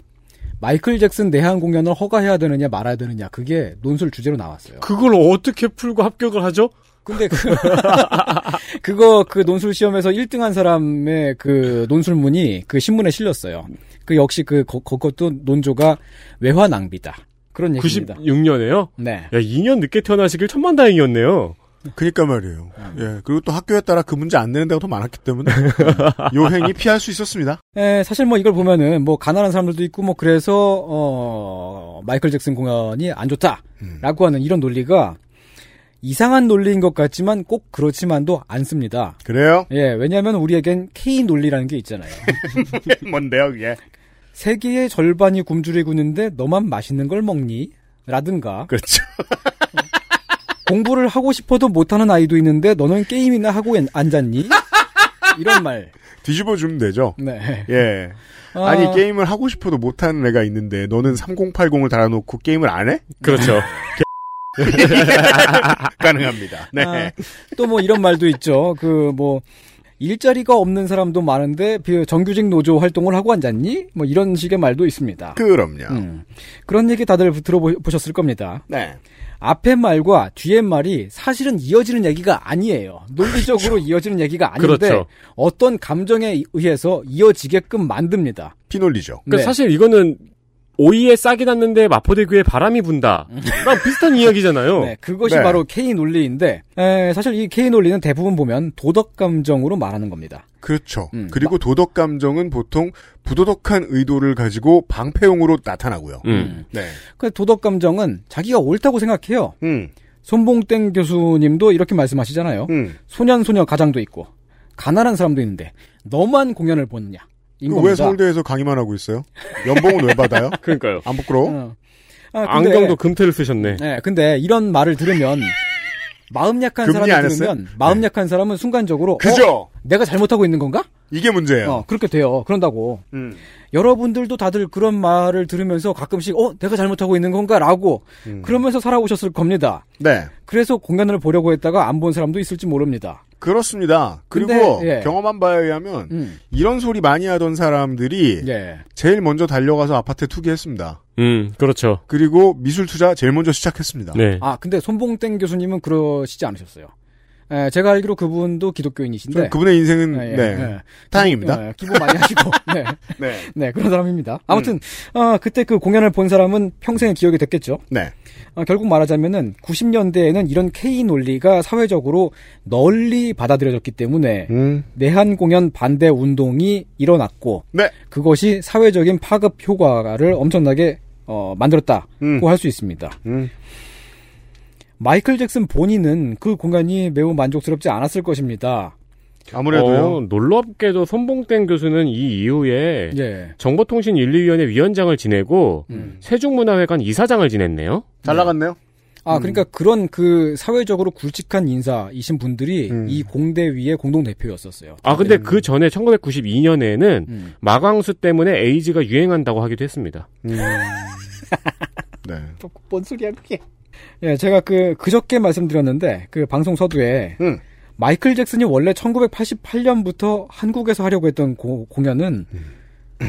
[SPEAKER 4] 마이클 잭슨 내한 공연을 허가해야 되느냐 말아야 되느냐 그게 논술 주제로 나왔어요.
[SPEAKER 10] 그걸 어떻게 풀고 합격을 하죠?
[SPEAKER 4] 근데 그 *laughs* 그거 그 논술 시험에서 1등한 사람의 그 논술문이 그 신문에 실렸어요. 그 역시 그 거- 그것도 논조가 외화 낭비다. 그런 얘기입니다.
[SPEAKER 3] 96년에요?
[SPEAKER 4] 네.
[SPEAKER 3] 야, 2년 늦게 태어나시길 천만다행이었네요.
[SPEAKER 2] 그니까 그러니까 말이에요. 예. 그리고 또 학교에 따라 그 문제 안 내는 데가 더 많았기 *laughs* 때문에 요 행위 피할 수 있었습니다.
[SPEAKER 4] 예, 사실 뭐 이걸 보면은 뭐 가난한 사람들도 있고 뭐 그래서 어 마이클 잭슨 공연이 안 좋다라고
[SPEAKER 2] 음.
[SPEAKER 4] 하는 이런 논리가 이상한 논리인 것 같지만 꼭 그렇지만도 않습니다.
[SPEAKER 2] 그래요?
[SPEAKER 4] 예, 왜냐하면 우리에겐 K 논리라는 게 있잖아요.
[SPEAKER 2] *laughs* 뭔데요, 그게?
[SPEAKER 4] 세계의 절반이 굶주리고 있는데 너만 맛있는 걸 먹니? 라든가
[SPEAKER 2] 그렇죠.
[SPEAKER 4] 공부를 하고 싶어도 못하는 아이도 있는데 너는 게임이나 하고
[SPEAKER 2] *laughs*
[SPEAKER 4] 앉았니? 이런 말.
[SPEAKER 2] 뒤집어 주면 되죠.
[SPEAKER 4] 네.
[SPEAKER 2] 예. 아니 게임을 하고 싶어도 못하는 애가 있는데 너는 3080을 달아놓고 게임을 안 해? 네.
[SPEAKER 3] 그렇죠.
[SPEAKER 2] *laughs* 가능합니다. 네.
[SPEAKER 3] 아.
[SPEAKER 4] *laughs* 또 뭐 이런 말도 있죠. 그 뭐 일자리가 없는 사람도 많은데 그 정규직 노조 활동을 하고 앉았니? 뭐 이런 식의 말도 있습니다.
[SPEAKER 2] 그럼요.
[SPEAKER 4] 음. 그런 얘기 다들 들어보셨을 겁니다.
[SPEAKER 2] 네.
[SPEAKER 4] 앞의 말과 뒤의 말이 사실은 이어지는 얘기가 아니에요. 논리적으로 이어지는 얘기가 아닌데
[SPEAKER 3] 그렇죠.
[SPEAKER 4] 어떤 감정에 의해서 이어지게끔 만듭니다.
[SPEAKER 2] 피놀리죠.
[SPEAKER 3] 그러니까
[SPEAKER 4] 네.
[SPEAKER 3] 사실 이거는 오이에 싹이 났는데 마포대교에 바람이 분다. 랑 비슷한 이야기잖아요.
[SPEAKER 4] 네, 그것이
[SPEAKER 2] 네.
[SPEAKER 4] 바로 K 논리인데 에, 사실 이 K 논리는 대부분 보면 도덕 감정으로 말하는 겁니다.
[SPEAKER 2] 그렇죠.
[SPEAKER 4] 음.
[SPEAKER 2] 그리고 도덕 감정은 보통 부도덕한 의도를 가지고 방패용으로 나타나고요.
[SPEAKER 3] 음.
[SPEAKER 2] 네.
[SPEAKER 4] 그 도덕 감정은 자기가 옳다고 생각해요.
[SPEAKER 2] 음.
[SPEAKER 4] 손봉땡 교수님도 이렇게 말씀하시잖아요.
[SPEAKER 2] 음.
[SPEAKER 4] 소년 소녀 가장도 있고 가난한 사람도 있는데 너만 공연을 보느냐 음. 인
[SPEAKER 2] 그왜
[SPEAKER 4] 겁니다.
[SPEAKER 2] 서울대에서 강의만 하고 있어요? 연봉은 왜 받아요?
[SPEAKER 3] 그러니까요.
[SPEAKER 2] 안 부끄러워?
[SPEAKER 4] 어. 아, 근데,
[SPEAKER 3] 안경도 금테를 쓰셨네.
[SPEAKER 4] 네, 근데 이런 말을 들으면 마음 약한
[SPEAKER 2] 금리 안
[SPEAKER 4] 사람이
[SPEAKER 2] 했어요?
[SPEAKER 4] 들으면 마음
[SPEAKER 2] 네.
[SPEAKER 4] 약한 사람은 순간적으로 어,
[SPEAKER 2] 그죠?
[SPEAKER 4] 내가 잘못하고 있는 건가?
[SPEAKER 2] 이게 문제예요.
[SPEAKER 4] 어, 그렇게 돼요. 그런다고
[SPEAKER 2] 음.
[SPEAKER 4] 여러분들도 다들 그런 말을 들으면서 가끔씩 어 내가 잘못하고 있는 건가라고
[SPEAKER 2] 음.
[SPEAKER 4] 그러면서 살아오셨을 겁니다.
[SPEAKER 2] 네.
[SPEAKER 4] 그래서 공연을 보려고 했다가 안 본 사람도 있을지 모릅니다.
[SPEAKER 2] 그렇습니다. 그리고
[SPEAKER 4] 근데, 예.
[SPEAKER 2] 경험한 바에 의하면
[SPEAKER 4] 음,
[SPEAKER 2] 이런 소리 많이 하던 사람들이
[SPEAKER 4] 예,
[SPEAKER 2] 제일 먼저 달려가서 아파트에 투기했습니다.
[SPEAKER 3] 음, 그렇죠.
[SPEAKER 2] 그리고 미술 투자 제일 먼저 시작했습니다.
[SPEAKER 3] 네.
[SPEAKER 4] 아, 근데 손봉땡 교수님은 그러시지 않으셨어요. 예, 제가 알기로 그분도
[SPEAKER 2] 저는
[SPEAKER 4] 기독교인이신데.
[SPEAKER 2] 그분의 인생은
[SPEAKER 4] 예, 예,
[SPEAKER 2] 네,
[SPEAKER 4] 예.
[SPEAKER 2] 다행입니다.
[SPEAKER 4] 예, 기부
[SPEAKER 2] *laughs*
[SPEAKER 4] 많이 하시고. 네,
[SPEAKER 2] 네.
[SPEAKER 4] 네, 그런 사람입니다. 아무튼,
[SPEAKER 2] 음.
[SPEAKER 4] 아, 그때 그 공연을 본 사람은 평생의 기억이 됐겠죠.
[SPEAKER 2] 네.
[SPEAKER 4] 아, 결국 말하자면은 90년대에는 이런 K 논리가 사회적으로 널리 받아들여졌기 때문에
[SPEAKER 2] 음.
[SPEAKER 4] 내한 공연 반대 운동이 일어났고
[SPEAKER 2] 네.
[SPEAKER 4] 그것이 사회적인 파급 효과를 엄청나게 어, 만들었다고
[SPEAKER 2] 음.
[SPEAKER 4] 할 수 있습니다.
[SPEAKER 2] 음.
[SPEAKER 4] 마이클 잭슨 본인은 그 공간이 매우 만족스럽지 않았을 것입니다.
[SPEAKER 2] 아무래도요.
[SPEAKER 3] 어, 놀랍게도 손봉땡 교수는 이 이후에
[SPEAKER 4] 예. 음.
[SPEAKER 3] 정보통신윤리위원회 위원장을 지내고 세종문화회관 이사장을 지냈네요.
[SPEAKER 2] 잘 나갔네요. 음.
[SPEAKER 4] 아, 그러니까 그런 그 사회적으로 굵직한 인사이신 분들이
[SPEAKER 2] 음.
[SPEAKER 4] 이 공대 위의 공동 대표였었어요.
[SPEAKER 3] 아 근데 그 전에 1992년에는
[SPEAKER 4] 음.
[SPEAKER 3] 마광수 때문에 에이즈가 유행한다고 하기도 했습니다.
[SPEAKER 2] 네.
[SPEAKER 4] 뭔 소리야 그게? 예, 제가 그 그저께 말씀드렸는데 그 방송 서두에
[SPEAKER 2] 음.
[SPEAKER 4] 마이클 잭슨이 원래 1988년부터 한국에서 하려고 했던 고- 공연은
[SPEAKER 3] 음.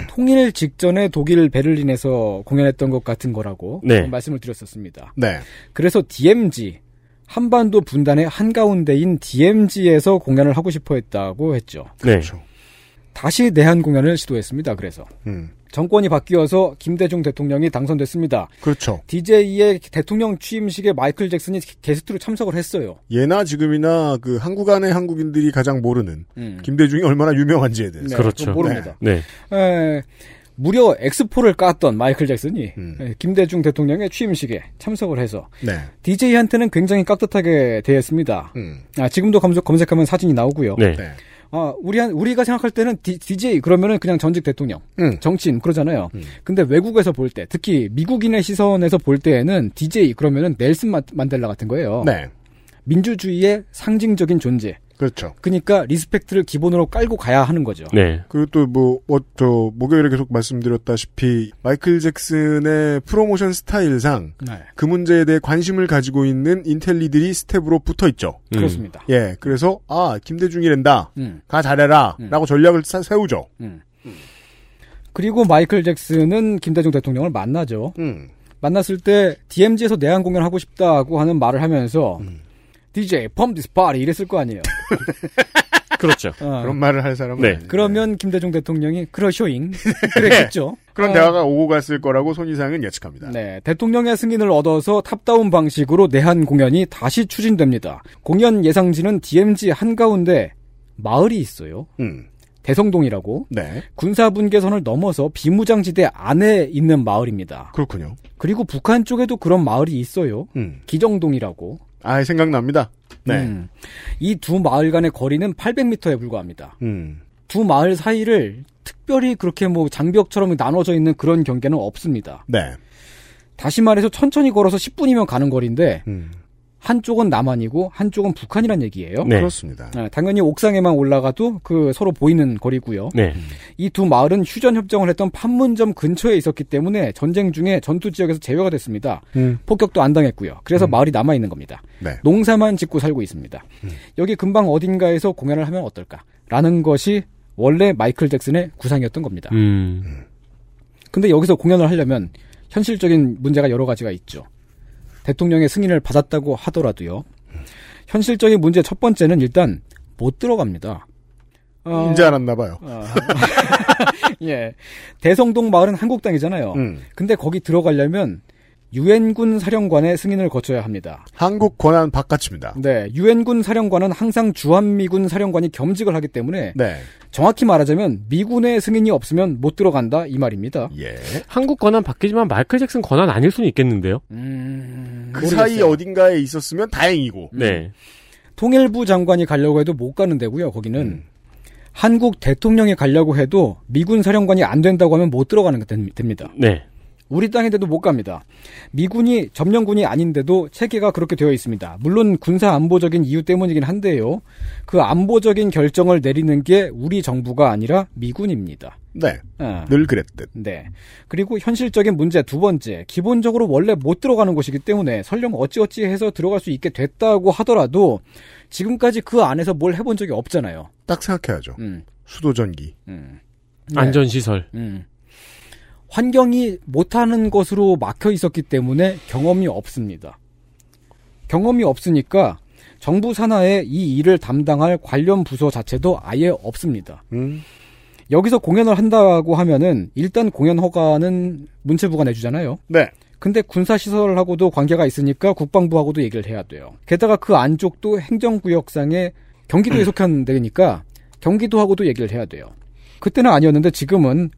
[SPEAKER 4] 통일 직전에 독일 베를린에서 공연했던 것 같은 거라고
[SPEAKER 3] 네.
[SPEAKER 4] 말씀을 드렸었습니다.
[SPEAKER 2] 네.
[SPEAKER 4] 그래서 DMZ 한반도 분단의 한가운데인 DMZ에서 공연을 하고 싶어 했다고 했죠.
[SPEAKER 2] 그렇죠.
[SPEAKER 4] 다시 내한 공연을 시도했습니다. 그래서
[SPEAKER 2] 음.
[SPEAKER 4] 정권이 바뀌어서 김대중 대통령이 당선됐습니다.
[SPEAKER 2] 그렇죠.
[SPEAKER 4] DJ의 대통령 취임식에 마이클 잭슨이 게스트로 참석을 했어요.
[SPEAKER 2] 예나 지금이나 그 한국 안의 한국인들이 가장 모르는
[SPEAKER 4] 음.
[SPEAKER 2] 김대중이 얼마나 유명한지에 대해서.
[SPEAKER 4] 네,
[SPEAKER 3] 그렇죠.
[SPEAKER 4] 모릅니다.
[SPEAKER 3] 네.
[SPEAKER 4] 에, 무려 엑스포를 깠던 마이클 잭슨이
[SPEAKER 2] 음.
[SPEAKER 4] 에, 김대중 대통령의 취임식에 참석을 해서
[SPEAKER 2] 네.
[SPEAKER 4] DJ한테는 굉장히 깍듯하게 대했습니다.
[SPEAKER 2] 음.
[SPEAKER 4] 아, 지금도 검색, 검색하면 사진이 나오고요.
[SPEAKER 3] 네.
[SPEAKER 2] 네.
[SPEAKER 4] 아, 우리 한, 우리가 생각할 때는 디, DJ 그러면은 그냥 전직 대통령,
[SPEAKER 2] 음.
[SPEAKER 4] 정치인 그러잖아요. 근데 외국에서 볼 때, 특히 미국인의 시선에서 볼 때에는 DJ 그러면은 넬슨 마- 만델라 같은 거예요.
[SPEAKER 2] 네.
[SPEAKER 4] 민주주의의 상징적인 존재.
[SPEAKER 2] 그렇죠.
[SPEAKER 4] 그러니까 리스펙트를 기본으로 깔고 가야 하는 거죠.
[SPEAKER 3] 네.
[SPEAKER 2] 그리고 또뭐 어, 저 목요일에 계속 말씀드렸다시피 마이클 잭슨의 프로모션 스타일상
[SPEAKER 4] 네.
[SPEAKER 2] 그 문제에 대해 관심을 가지고 있는 인텔리들이 스텝으로 붙어 있죠.
[SPEAKER 3] 음.
[SPEAKER 4] 그렇습니다.
[SPEAKER 2] 예, 그래서 아 김대중이란다,
[SPEAKER 4] 음.
[SPEAKER 2] 가
[SPEAKER 4] 음.
[SPEAKER 2] 잘해라라고 전략을 사- 세우죠.
[SPEAKER 4] 그리고 마이클 잭슨은 김대중 대통령을 만나죠.
[SPEAKER 2] 음,
[SPEAKER 4] 만났을 때 DMZ에서 내한 공연 하고 싶다고 하는 말을 하면서
[SPEAKER 2] 음.
[SPEAKER 4] DJ 펌 디스 파리 이랬을 거 아니에요.
[SPEAKER 3] 그렇죠.
[SPEAKER 4] 어,
[SPEAKER 2] 그런 말을 할 사람은
[SPEAKER 3] 네.
[SPEAKER 2] 아닌데.
[SPEAKER 4] 그러면 김대중 대통령이 그러쇼잉 그랬겠죠.
[SPEAKER 2] *laughs* 그런
[SPEAKER 4] 아,
[SPEAKER 2] 대화가 오고 갔을 거라고 손이상은 예측합니다.
[SPEAKER 4] 네, 대통령의 승인을 얻어서 탑다운 방식으로 내한 공연이 다시 추진됩니다. 공연 예상지는 DMZ 한가운데 마을이 있어요.
[SPEAKER 2] 음,
[SPEAKER 4] 대성동이라고
[SPEAKER 2] 네,
[SPEAKER 4] 군사분계선을 넘어서 비무장지대 안에 있는 마을입니다.
[SPEAKER 2] 그렇군요.
[SPEAKER 4] 그리고 북한 쪽에도 그런 마을이 있어요.
[SPEAKER 2] 음,
[SPEAKER 4] 기정동이라고.
[SPEAKER 2] 아 생각납니다. 네, 음,
[SPEAKER 4] 이 두 마을 간의 거리는 800m에 불과합니다.
[SPEAKER 2] 음.
[SPEAKER 4] 두 마을 사이를 특별히 그렇게 뭐 장벽처럼 나눠져 있는 그런 경계는 없습니다.
[SPEAKER 2] 네,
[SPEAKER 4] 다시 말해서 천천히 걸어서 10분이면 가는 거리인데
[SPEAKER 2] 음,
[SPEAKER 4] 한쪽은 남한이고 한쪽은 북한이란 얘기예요.
[SPEAKER 3] 네.
[SPEAKER 2] 그렇습니다.
[SPEAKER 4] 아, 당연히 옥상에만 올라가도 그 서로 보이는 거리고요.
[SPEAKER 3] 네.
[SPEAKER 4] 이 두 마을은 휴전 협정을 했던 판문점 근처에 있었기 때문에 전쟁 중에 전투 지역에서 제외가 됐습니다.
[SPEAKER 2] 음,
[SPEAKER 4] 폭격도 안 당했고요. 그래서 마을이 남아 있는 겁니다.
[SPEAKER 2] 네,
[SPEAKER 4] 농사만 짓고 살고 있습니다. 여기 근방 어딘가에서 공연을 하면 어떨까? 라는 것이 원래 마이클 잭슨의 구상이었던 겁니다.
[SPEAKER 3] 음.
[SPEAKER 4] 근데 여기서 공연을 하려면 현실적인 문제가 여러 가지가 있죠. 대통령의 승인을 받았다고 하더라도요. 현실적인 문제 첫 번째는 일단 못 들어갑니다. 어,
[SPEAKER 2] 이제 알았나 봐요.
[SPEAKER 4] 어, *laughs* 예. 대성동 마을은 한국 땅이잖아요.
[SPEAKER 2] 음,
[SPEAKER 4] 근데 거기 들어가려면 유엔군 사령관의 승인을 거쳐야 합니다.
[SPEAKER 2] 한국 권한 바깥입니다.
[SPEAKER 4] 네, 유엔군 사령관은 항상 주한미군 사령관이 겸직을 하기 때문에
[SPEAKER 2] 네,
[SPEAKER 4] 정확히 말하자면 미군의 승인이 없으면 못 들어간다 이 말입니다.
[SPEAKER 2] 예.
[SPEAKER 3] 한국 권한 바뀌지만 마이클 잭슨 권한 아닐 수는 있겠는데요.
[SPEAKER 4] 음,
[SPEAKER 2] 그
[SPEAKER 4] 모르겠어요.
[SPEAKER 2] 사이 어딘가에 있었으면 다행이고.
[SPEAKER 3] 네.
[SPEAKER 4] 통일부 장관이 가려고 해도 못 가는 데고요. 거기는
[SPEAKER 2] 음.
[SPEAKER 4] 한국 대통령이 가려고 해도 미군 사령관이 안 된다고 하면 못 들어가는 게 된- 됩니다.
[SPEAKER 3] 네.
[SPEAKER 4] 우리 땅인데도 못 갑니다. 미군이 점령군이 아닌데도 체계가 그렇게 되어 있습니다. 물론 군사 안보적인 이유 때문이긴 한데요. 그 안보적인 결정을 내리는 게 우리 정부가 아니라 미군입니다.
[SPEAKER 2] 네,
[SPEAKER 4] 아,
[SPEAKER 2] 늘 그랬듯.
[SPEAKER 4] 네. 그리고 현실적인 문제 두 번째. 기본적으로 원래 못 들어가는 곳이기 때문에 설령 어찌어찌 해서 들어갈 수 있게 됐다고 하더라도 지금까지 그 안에서 뭘 해본 적이 없잖아요.
[SPEAKER 2] 딱 생각해야죠.
[SPEAKER 4] 음,
[SPEAKER 2] 수도전기.
[SPEAKER 4] 음.
[SPEAKER 3] 네. 안전시설.
[SPEAKER 4] 음. 환경이 못하는 것으로 막혀 있었기 때문에 경험이 없습니다. 경험이 없으니까 정부 산하에 이 일을 담당할 관련 부서 자체도 아예 없습니다.
[SPEAKER 2] 음,
[SPEAKER 4] 여기서 공연을 한다고 하면은 일단 공연 허가는 문체부가 내주잖아요.
[SPEAKER 2] 네.
[SPEAKER 4] 근데 군사시설하고도 관계가 있으니까 국방부하고도 얘기를 해야 돼요. 게다가 그 안쪽도 행정구역상에 경기도에 속한 *clears throat* 데니까 경기도하고도 얘기를 해야 돼요. 그때는 아니었는데 지금은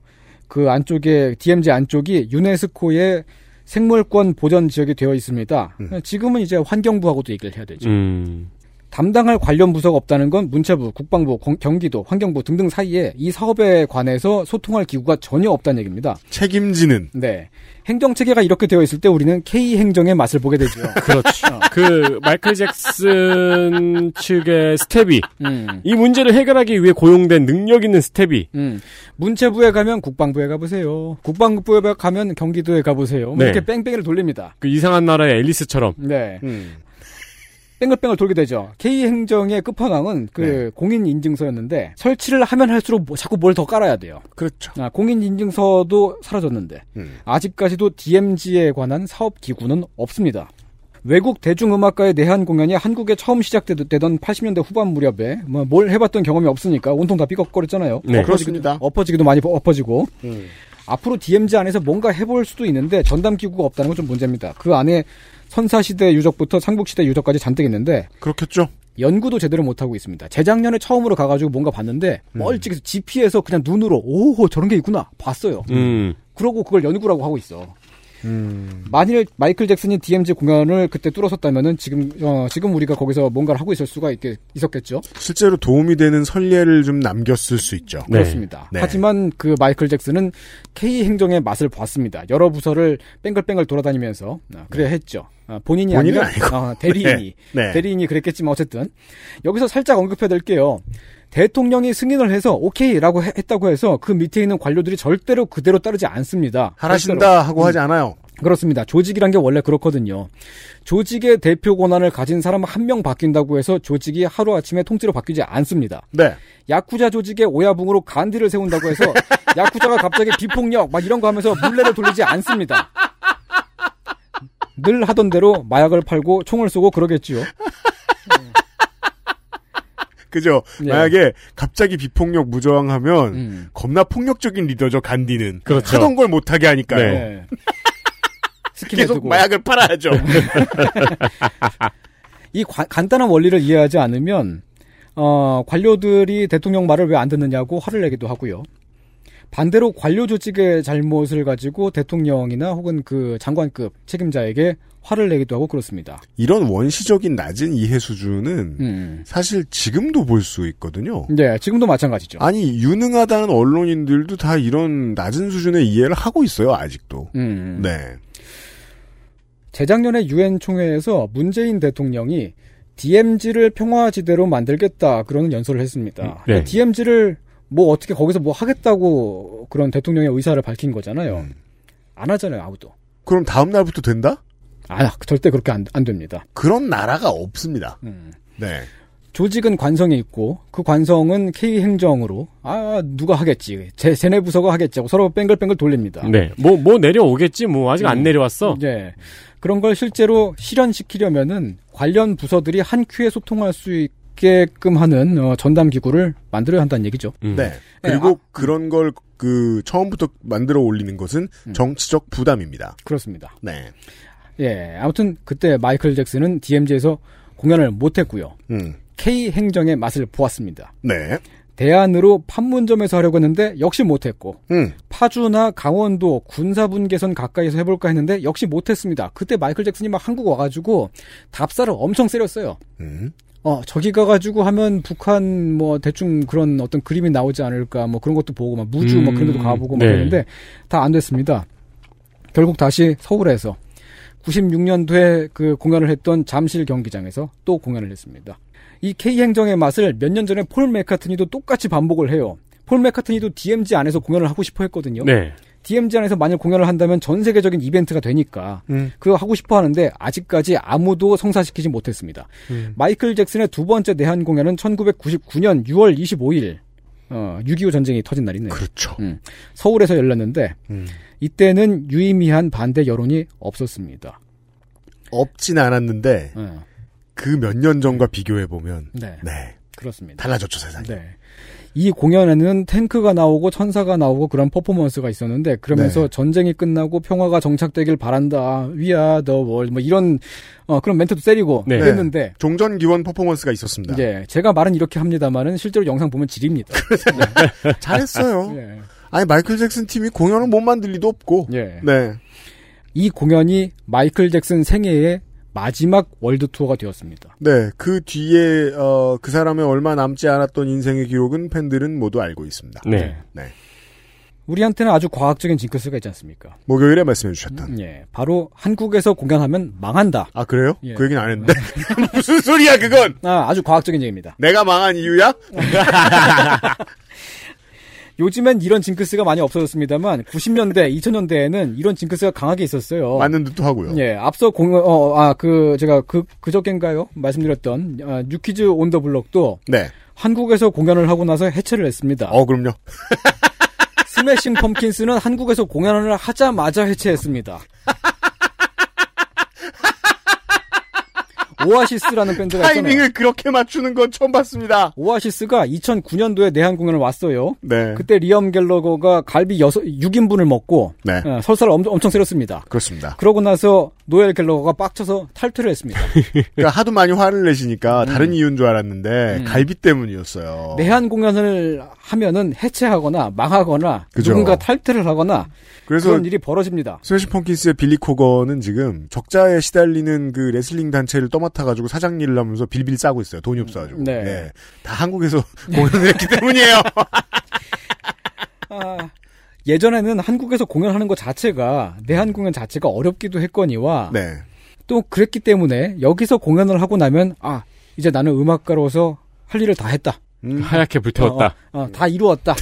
[SPEAKER 4] 그 안쪽에 DMZ 안쪽이 유네스코의 생물권 보전 지역이 되어 있습니다. 지금은 이제 환경부하고도 얘기를 해야 되죠.
[SPEAKER 3] 음.
[SPEAKER 4] 담당할 관련 부서가 없다는 건 문체부, 국방부, 공- 경기도, 환경부 등등 사이에 이 사업에 관해서 소통할 기구가 전혀 없다는 얘기입니다.
[SPEAKER 2] 책임지는.
[SPEAKER 4] 네. 행정 체계가 이렇게 되어 있을 때 우리는 K 행정의 맛을 보게 되죠.
[SPEAKER 3] 그렇죠. 그 마이클 잭슨 측의 스텝이 이 문제를 해결하기 위해 고용된 능력 있는 스텝이
[SPEAKER 4] 음. 문체부에 가면 국방부에 가보세요. 국방부에 가면 경기도에 가보세요. 뭐
[SPEAKER 3] 네.
[SPEAKER 4] 이렇게 뺑뺑이를 돌립니다.
[SPEAKER 3] 그 이상한 나라의 앨리스처럼
[SPEAKER 4] 네. 뺑글뺑글 돌게 되죠. K행정의 끝판왕은 그 공인인증서였는데 설치를 하면 할수록 뭐- 자꾸 뭘 더 깔아야 돼요.
[SPEAKER 2] 그렇죠.
[SPEAKER 4] 아, 공인인증서도 사라졌는데 아직까지도 DMZ에 관한 사업 기구는 없습니다. 외국 대중음악가의 내한 공연이 한국에 처음 시작되던 80년대 후반 무렵에 뭐뭘 해봤던 경험이 없으니까 온통 다 삐걱거렸잖아요.
[SPEAKER 2] 네.
[SPEAKER 4] 엎어지기도, 엎어지기도 많이 엎어지고 앞으로 DMZ 안에서 뭔가 해볼 수도 있는데 전담 기구가 없다는 건 좀 문제입니다. 그 안에 선사시대 유적부터 삼국시대 유적까지 잔뜩 있는데
[SPEAKER 2] 그렇겠죠.
[SPEAKER 4] 연구도 제대로 못하고 있습니다. 재작년에 처음으로 가가지고 뭔가 봤는데 멀찍이서 GP에서 그냥 눈으로 오호 저런 게 있구나 봤어요.
[SPEAKER 3] 음.
[SPEAKER 4] 그러고 그걸 연구라고 하고 있어. 만일 마이클 잭슨이 DMZ 공연을 그때 뚫어섰다면은 지금 어, 지금 우리가 거기서 뭔가를 하고 있을 수가 있겠, 있었겠죠.
[SPEAKER 2] 실제로 도움이 되는 선례를 좀 남겼을 수 있죠.
[SPEAKER 4] 그렇습니다.
[SPEAKER 2] 네.
[SPEAKER 4] 하지만 그 마이클 잭슨은 K 행정의 맛을 봤습니다. 여러 부서를 뺑글뺑글 돌아다니면서 아, 그래 했죠. 아, 본인이
[SPEAKER 2] 네. 본인은
[SPEAKER 4] 아니라
[SPEAKER 2] 아니고.
[SPEAKER 4] 아, 대리인이
[SPEAKER 2] *laughs* 네, 네.
[SPEAKER 4] 대리인이 그랬겠지만 어쨌든 여기서 살짝 언급해 드릴게요. 대통령이 승인을 해서 오케이라고 해- 했다고 해서 그 밑에 있는 관료들이 절대로 그대로 따르지 않습니다.
[SPEAKER 2] 하라신다
[SPEAKER 4] 절대로.
[SPEAKER 2] 하고 하지 않아요.
[SPEAKER 4] 그렇습니다. 조직이란 게 원래 그렇거든요. 조직의 대표 권한을 가진 사람 한 명 바뀐다고 해서 조직이 하루아침에 통째로 바뀌지 않습니다.
[SPEAKER 2] 네.
[SPEAKER 4] 야쿠자 조직의 오야붕으로 간디를
[SPEAKER 2] *laughs*
[SPEAKER 4] 세운다고 해서 야쿠자가 갑자기 비폭력 막 이런 거 하면서 물레를 돌리지 않습니다. 늘 하던 대로 마약을 팔고 총을 쏘고 그러겠지요.
[SPEAKER 2] 그죠?
[SPEAKER 4] 네.
[SPEAKER 2] 만약에 갑자기 비폭력 무저항하면 겁나 폭력적인 리더죠 간디는
[SPEAKER 3] 그렇죠.
[SPEAKER 2] 하던 걸 못하게 하니까요.
[SPEAKER 4] 네. 스킨에
[SPEAKER 2] 계속
[SPEAKER 4] 두고.
[SPEAKER 2] 마약을 팔아야죠.
[SPEAKER 4] 이 관- 간단한 원리를 이해하지 않으면 어, 관료들이 대통령 말을 왜 안 듣느냐고 화를 내기도 하고요. 반대로 관료 조직의 잘못을 가지고 대통령이나 혹은 그 장관급 책임자에게 화를 내기도 하고 그렇습니다.
[SPEAKER 2] *laughs* 이런 원시적인 낮은 이해 수준은
[SPEAKER 4] 음.
[SPEAKER 2] 사실 지금도 볼 수 있거든요.
[SPEAKER 4] 네, 지금도 마찬가지죠.
[SPEAKER 2] 아니 유능하다는 언론인들도 다 이런 낮은 수준의 이해를 하고 있어요 아직도.
[SPEAKER 4] 음.
[SPEAKER 2] 네.
[SPEAKER 4] 재작년에 유엔 총회에서 문재인 대통령이 DMZ를 평화지대로 만들겠다 그러는 연설을 했습니다.
[SPEAKER 3] 네.
[SPEAKER 4] DMZ를 뭐 어떻게 거기서 뭐 하겠다고 그런 대통령의 의사를 밝힌 거잖아요. 안 하잖아요 아무도.
[SPEAKER 2] 그럼 다음 날부터 된다?
[SPEAKER 4] 아, 절대 그렇게 안, 안 됩니다.
[SPEAKER 2] 그런 나라가 없습니다.
[SPEAKER 4] 음.
[SPEAKER 2] 네.
[SPEAKER 4] 조직은 관성이 있고 그 관성은 K 행정으로 아 누가 하겠지 제 세내 부서가 하겠지 하고 서로 뺑글뺑글 돌립니다.
[SPEAKER 3] 네. 뭐, 뭐 내려오겠지, 뭐. 아직 안 내려왔어.
[SPEAKER 4] 예. 그런 걸 실제로 실현시키려면은 관련 부서들이 한 큐에 소통할 수 있게끔 하는 어, 전담 기구를 만들어야 한다는 얘기죠.
[SPEAKER 3] 음.
[SPEAKER 2] 네.
[SPEAKER 4] 음.
[SPEAKER 2] 그리고
[SPEAKER 4] 아,
[SPEAKER 2] 그런 걸 그 처음부터 만들어 올리는 것은
[SPEAKER 4] 음.
[SPEAKER 2] 정치적 부담입니다.
[SPEAKER 4] 그렇습니다.
[SPEAKER 2] 네.
[SPEAKER 4] 예. 아무튼 그때 마이클 잭슨은 DMZ에서 공연을 못했고요.
[SPEAKER 2] 음.
[SPEAKER 4] K 행정의 맛을 보았습니다.
[SPEAKER 2] 네.
[SPEAKER 4] 대안으로 판문점에서 하려고 했는데 역시 못했고
[SPEAKER 2] 음.
[SPEAKER 4] 파주나 강원도 군사분계선 가까이서 해볼까 했는데 역시 못했습니다. 그때 마이클 잭슨이 막 한국 와가지고 답사를 엄청 세렸어요.
[SPEAKER 2] 음.
[SPEAKER 4] 어, 저기 가가지고 하면 북한 뭐 대충 그런 어떤 그림이 나오지 않을까 뭐 그런 것도 보고 막 무주 뭐
[SPEAKER 3] 음,
[SPEAKER 4] 그런 데도 가보고 막
[SPEAKER 3] 네.
[SPEAKER 4] 했는데 다 안 됐습니다. 결국 다시 서울에서 96년도에 그 공연을 했던 잠실 경기장에서 또 공연을 했습니다. 이 K 행정의 맛을 몇 년 전에 폴 맥카트니도 똑같이 반복을 해요. 폴 맥카트니도 DMZ 안에서 공연을 하고 싶어 했거든요.
[SPEAKER 3] 네.
[SPEAKER 4] DMZ 안에서 만일 공연을 한다면 전 세계적인 이벤트가 되니까
[SPEAKER 2] 음.
[SPEAKER 4] 그거 하고 싶어 하는데 아직까지 아무도 성사시키지 못했습니다.
[SPEAKER 2] 음.
[SPEAKER 4] 마이클 잭슨의 두 번째 내한 공연은 1999년 6월 25일 6.25 전쟁이 터진 날이네요.
[SPEAKER 2] 그렇죠.
[SPEAKER 4] 음, 서울에서 열렸는데
[SPEAKER 2] 음.
[SPEAKER 4] 이때는 유의미한 반대 여론이 없었습니다.
[SPEAKER 2] 없진 않았는데
[SPEAKER 4] 어,
[SPEAKER 2] 그 몇 년 전과 비교해 보면
[SPEAKER 4] 네,
[SPEAKER 2] 네
[SPEAKER 4] 그렇습니다.
[SPEAKER 2] 달라졌죠 세상이.
[SPEAKER 4] 네. 이 공연에는 탱크가 나오고 천사가 나오고 그런 퍼포먼스가 있었는데 그러면서
[SPEAKER 2] 네.
[SPEAKER 4] 전쟁이 끝나고 평화가 정착되길 바란다. We are the world 뭐 이런 어, 그런 멘트도 때리고
[SPEAKER 3] 네.
[SPEAKER 4] 그랬는데
[SPEAKER 2] 종전 기원 퍼포먼스가 있었습니다.
[SPEAKER 4] 예, 제가 말은 이렇게 합니다만은 실제로 영상 보면 질입니다.
[SPEAKER 2] 잘했어요.
[SPEAKER 4] 예.
[SPEAKER 2] 아니 마이클 잭슨 팀이 공연을 못 만들 리도 없고.
[SPEAKER 4] 예.
[SPEAKER 2] 네.
[SPEAKER 4] 이 공연이 마이클 잭슨 생애에 마지막 월드 투어가 되었습니다.
[SPEAKER 2] 네, 그 뒤에 어, 그 사람의 얼마 남지 않았던 인생의 기록은 팬들은 모두 알고 있습니다.
[SPEAKER 3] 네.
[SPEAKER 2] 네.
[SPEAKER 4] 우리한테는 아주 과학적인 징크스가 있지 않습니까?
[SPEAKER 2] 목요일에 말씀해 주셨던.
[SPEAKER 4] 예, 바로 한국에서 공연하면 망한다.
[SPEAKER 2] 아 그래요?
[SPEAKER 4] 예.
[SPEAKER 2] 그 얘기는 안 했는데 *laughs* 무슨 소리야 그건?
[SPEAKER 4] 아, 아주 과학적인 얘기입니다.
[SPEAKER 2] 내가 망한 이유야?
[SPEAKER 4] 요즘엔 이런 징크스가 많이 없어졌습니다만 90년대, 2000년대에는 이런 징크스가 강하게 있었어요.
[SPEAKER 2] 맞는 듯도 하고요.
[SPEAKER 4] 예, 앞서 공연 어아그 제가 그 그저께인가요 말씀드렸던 아, 뉴키즈 온 더 블럭도
[SPEAKER 2] 네.
[SPEAKER 4] 한국에서 공연을 하고 나서 해체를 했습니다.
[SPEAKER 2] 어 그럼요.
[SPEAKER 4] 아, 스매싱 펌킨스는 한국에서 공연을
[SPEAKER 2] *laughs*
[SPEAKER 4] 하자마자 해체했습니다. 오아시스라는 밴드가 있잖아요.
[SPEAKER 2] 타이밍을 그렇게 맞추는 건 처음 봤습니다.
[SPEAKER 4] 오아시스가 2009년도에 내한 공연을 왔어요.
[SPEAKER 2] 네.
[SPEAKER 4] 그때 리엄 갤러거가 갈비 여섯 6인분을 먹고
[SPEAKER 2] 네.
[SPEAKER 4] 어, 설사를 엄, 엄청 세렸습니다.
[SPEAKER 2] 그렇습니다.
[SPEAKER 4] 그러고 나서 노엘 갤러거가 빡쳐서 탈퇴를 했습니다.
[SPEAKER 2] 그러니까 하도 많이 화를 내시니까 다른 이유인 줄 알았는데
[SPEAKER 4] 음.
[SPEAKER 2] 갈비 때문이었어요.
[SPEAKER 4] 내한 공연을 하면은 해체하거나 망하거나
[SPEAKER 2] 그죠.
[SPEAKER 4] 누군가 탈퇴를 하거나
[SPEAKER 2] 그래서
[SPEAKER 4] 그런 일이 벌어집니다.
[SPEAKER 2] 스매시 펑킨스의 빌리 코건은 지금 적자에 시달리는 그 레슬링 단체를 떠맡아가지고 사장 일을 하면서 빌빌 싸고 있어요. 돈이 없어가지고.
[SPEAKER 4] 네.
[SPEAKER 2] 다 한국에서 *laughs* 공연을 했기
[SPEAKER 4] *laughs*
[SPEAKER 2] 때문이에요.
[SPEAKER 4] 아, 예전에는 한국에서 공연하는 것 자체가 내한 공연 자체가 어렵기도 했거니와
[SPEAKER 2] 네.
[SPEAKER 4] 또 그랬기 때문에 여기서 공연을 하고 나면 아 이제 나는 음악가로서 할 일을 다 했다.
[SPEAKER 2] 음,
[SPEAKER 3] 하얗게 불태웠다.
[SPEAKER 4] 어, 어,
[SPEAKER 2] *laughs*
[SPEAKER 4] 다 이루었다.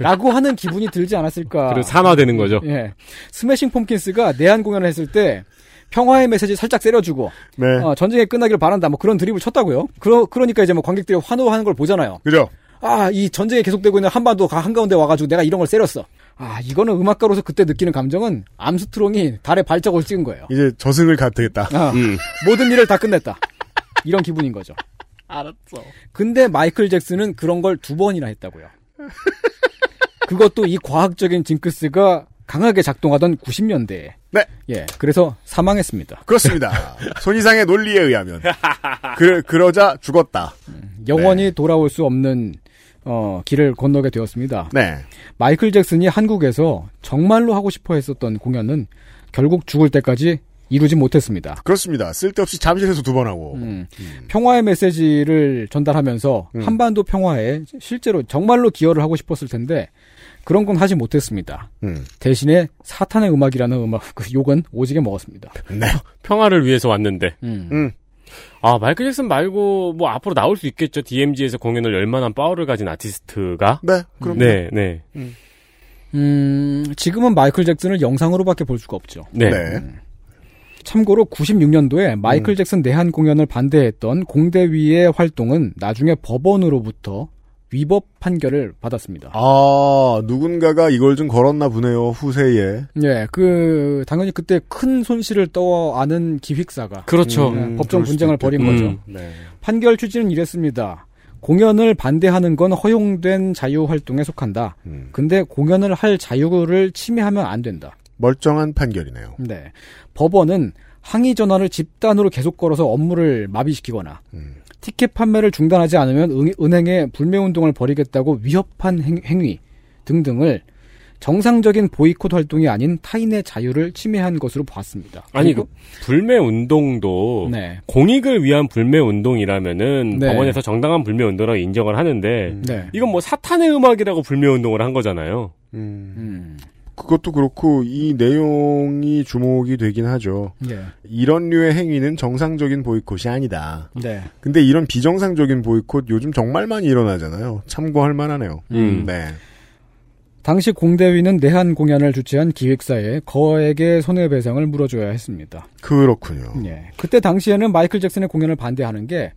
[SPEAKER 4] 라고 하는 기분이 들지 않았을까.
[SPEAKER 3] 그리고 산화되는 *laughs* 거죠.
[SPEAKER 4] 예. 스매싱 폼킨스가 내한 공연을 했을 때 평화의 메시지 살짝 세려주고
[SPEAKER 2] 네.
[SPEAKER 4] 어, 전쟁이 끝나기를 바란다 뭐 그런 드립을 쳤다고요. 그러, 그러니까 이제 뭐 관객들이 환호하는 걸 보잖아요.
[SPEAKER 2] 그죠?
[SPEAKER 4] 아, 이 전쟁이 계속되고 있는 한반도 가- 한가운데 와가지고 내가 이런 걸 세렸어. 아, 이거는 음악가로서 그때 느끼는 감정은 암스트롱이 달에 발자국을 찍은 거예요.
[SPEAKER 2] 이제 저승을 가야 되겠다.
[SPEAKER 4] 아,
[SPEAKER 3] 음.
[SPEAKER 4] 모든 일을 다 끝냈다. 이런 기분인 거죠.
[SPEAKER 10] 알았어.
[SPEAKER 4] 근데 마이클 잭슨은 그런 걸 두 번이나 했다고요. 그것도 이 과학적인 징크스가 강하게 작동하던 90년대에.
[SPEAKER 2] 네.
[SPEAKER 4] 예, 그래서 사망했습니다.
[SPEAKER 2] 그렇습니다. 손이상의 논리에 의하면. 그, 그러자 죽었다.
[SPEAKER 4] 영원히 돌아올 수 없는 어, 길을 건너게 되었습니다.
[SPEAKER 2] 네.
[SPEAKER 4] 마이클 잭슨이 한국에서 정말로 하고 싶어 했었던 공연은 결국 죽을 때까지 이루지 못했습니다.
[SPEAKER 2] 그렇습니다. 쓸데없이 잠실에서 두 번 하고.
[SPEAKER 4] 음, 평화의 메시지를 전달하면서
[SPEAKER 2] 음.
[SPEAKER 4] 한반도 평화에 실제로 정말로 기여를 하고 싶었을 텐데 그런 건 하지 못했습니다.
[SPEAKER 2] 음.
[SPEAKER 4] 대신에 사탄의 음악이라는 음악 그 욕은 오지게 먹었습니다.
[SPEAKER 2] 네.
[SPEAKER 3] 평화를 위해서 왔는데.
[SPEAKER 4] 음.
[SPEAKER 2] 음.
[SPEAKER 3] 아, 마이클 잭슨 말고 뭐 앞으로 나올 수 있겠죠. DMZ에서 공연을 열 만한 파워를 가진 아티스트가.
[SPEAKER 2] 네. 그럼.
[SPEAKER 3] 네, 네,
[SPEAKER 4] 음, 지금은 마이클 잭슨을 영상으로밖에 볼 수가 없죠.
[SPEAKER 3] 네.
[SPEAKER 4] 참고로 96년도에
[SPEAKER 2] 음.
[SPEAKER 4] 마이클 잭슨 내한 공연을 반대했던 공대위의 활동은 나중에 법원으로부터 위법 판결을 받았습니다.
[SPEAKER 2] 아, 누군가가 이걸 좀 걸었나 보네요. 후세에.
[SPEAKER 4] 예, 그 당연히 그때 큰 손실을 떠안은 기획사가
[SPEAKER 3] 그렇죠.
[SPEAKER 2] 음,
[SPEAKER 4] 예, 법정
[SPEAKER 2] 그럴 수도
[SPEAKER 4] 분쟁을 벌인
[SPEAKER 3] 있겠다.
[SPEAKER 4] 거죠.
[SPEAKER 3] 음.
[SPEAKER 2] 네.
[SPEAKER 4] 판결 취지는 이랬습니다. 공연을 반대하는 건 허용된 자유 활동에 속한다.
[SPEAKER 2] 음.
[SPEAKER 4] 근데 공연을 할 자유를 침해하면 안 된다.
[SPEAKER 2] 멀쩡한 판결이네요.
[SPEAKER 4] 네. 법원은 항의 전화를 집단으로 계속 걸어서 업무를 마비시키거나
[SPEAKER 2] 음.
[SPEAKER 4] 티켓 판매를 중단하지 않으면 은, 행에 불매 운동을 벌이겠다고 위협한 행, 행위 등등을 정상적인 보이콧 활동이 아닌 타인의 자유를 침해한 것으로 보았습니다.
[SPEAKER 3] 아니 뭐. 그
[SPEAKER 4] 네. 그리고-
[SPEAKER 3] 불매 운동도
[SPEAKER 4] 네.
[SPEAKER 3] 공익을 위한 불매 운동이라면은
[SPEAKER 4] 네.
[SPEAKER 3] 법원에서 정당한 불매 운동이라고 인정을 하는데
[SPEAKER 4] 네.
[SPEAKER 3] 이건 뭐 사탄의 음악이라고 불매 운동을 한 거잖아요.
[SPEAKER 2] 음.
[SPEAKER 4] 음.
[SPEAKER 2] 그것도 그렇고 이 내용이 주목이 되긴 하죠.
[SPEAKER 4] 예.
[SPEAKER 2] 이런 류의 행위는 정상적인 보이콧이 아니다.
[SPEAKER 4] 네.
[SPEAKER 2] 근데 이런 비정상적인 보이콧 요즘 정말 많이 일어나잖아요. 참고할 만하네요.
[SPEAKER 3] 음.
[SPEAKER 2] 네.
[SPEAKER 4] 당시 공대위는 내한 공연을 주최한 기획사에 거액의 손해배상을 물어줘야 했습니다.
[SPEAKER 2] 그렇군요.
[SPEAKER 4] 예. 그때 당시에는 마이클 잭슨의 공연을 반대하는 게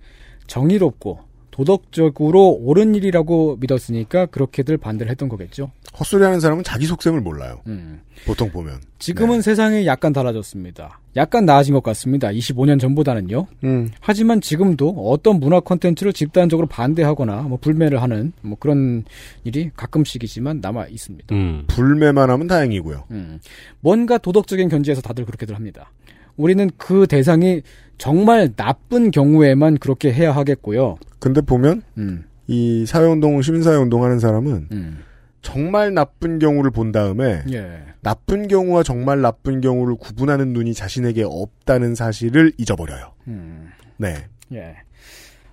[SPEAKER 4] 정의롭고 도덕적으로 옳은 일이라고 믿었으니까 그렇게들 반대를 했던 거겠죠.
[SPEAKER 2] 헛소리 하는 사람은 자기 속셈을 몰라요.
[SPEAKER 4] 음.
[SPEAKER 2] 보통 보면.
[SPEAKER 4] 지금은 세상이 약간 달라졌습니다. 약간 나아진 것 같습니다. 25년 전보다는요.
[SPEAKER 2] 음.
[SPEAKER 4] 하지만 지금도 어떤 문화 콘텐츠를 집단적으로 반대하거나 뭐 불매를 하는 뭐 그런 일이 가끔씩이지만 남아 있습니다.
[SPEAKER 3] 음.
[SPEAKER 2] 불매만 하면 다행이고요.
[SPEAKER 4] 음, 뭔가 도덕적인 견지에서 다들 그렇게들 합니다. 우리는 그 대상이 정말 나쁜 경우에만 그렇게 해야 하겠고요.
[SPEAKER 2] 근데 보면
[SPEAKER 4] 음,
[SPEAKER 2] 이 사회운동, 시민사회운동 하는 사람은
[SPEAKER 4] 음,
[SPEAKER 2] 정말 나쁜 경우를 본 다음에
[SPEAKER 4] 예.
[SPEAKER 2] 나쁜 경우와 정말 나쁜 경우를 구분하는 눈이 자신에게 없다는 사실을 잊어버려요.
[SPEAKER 4] 음.
[SPEAKER 2] 네.
[SPEAKER 4] 예.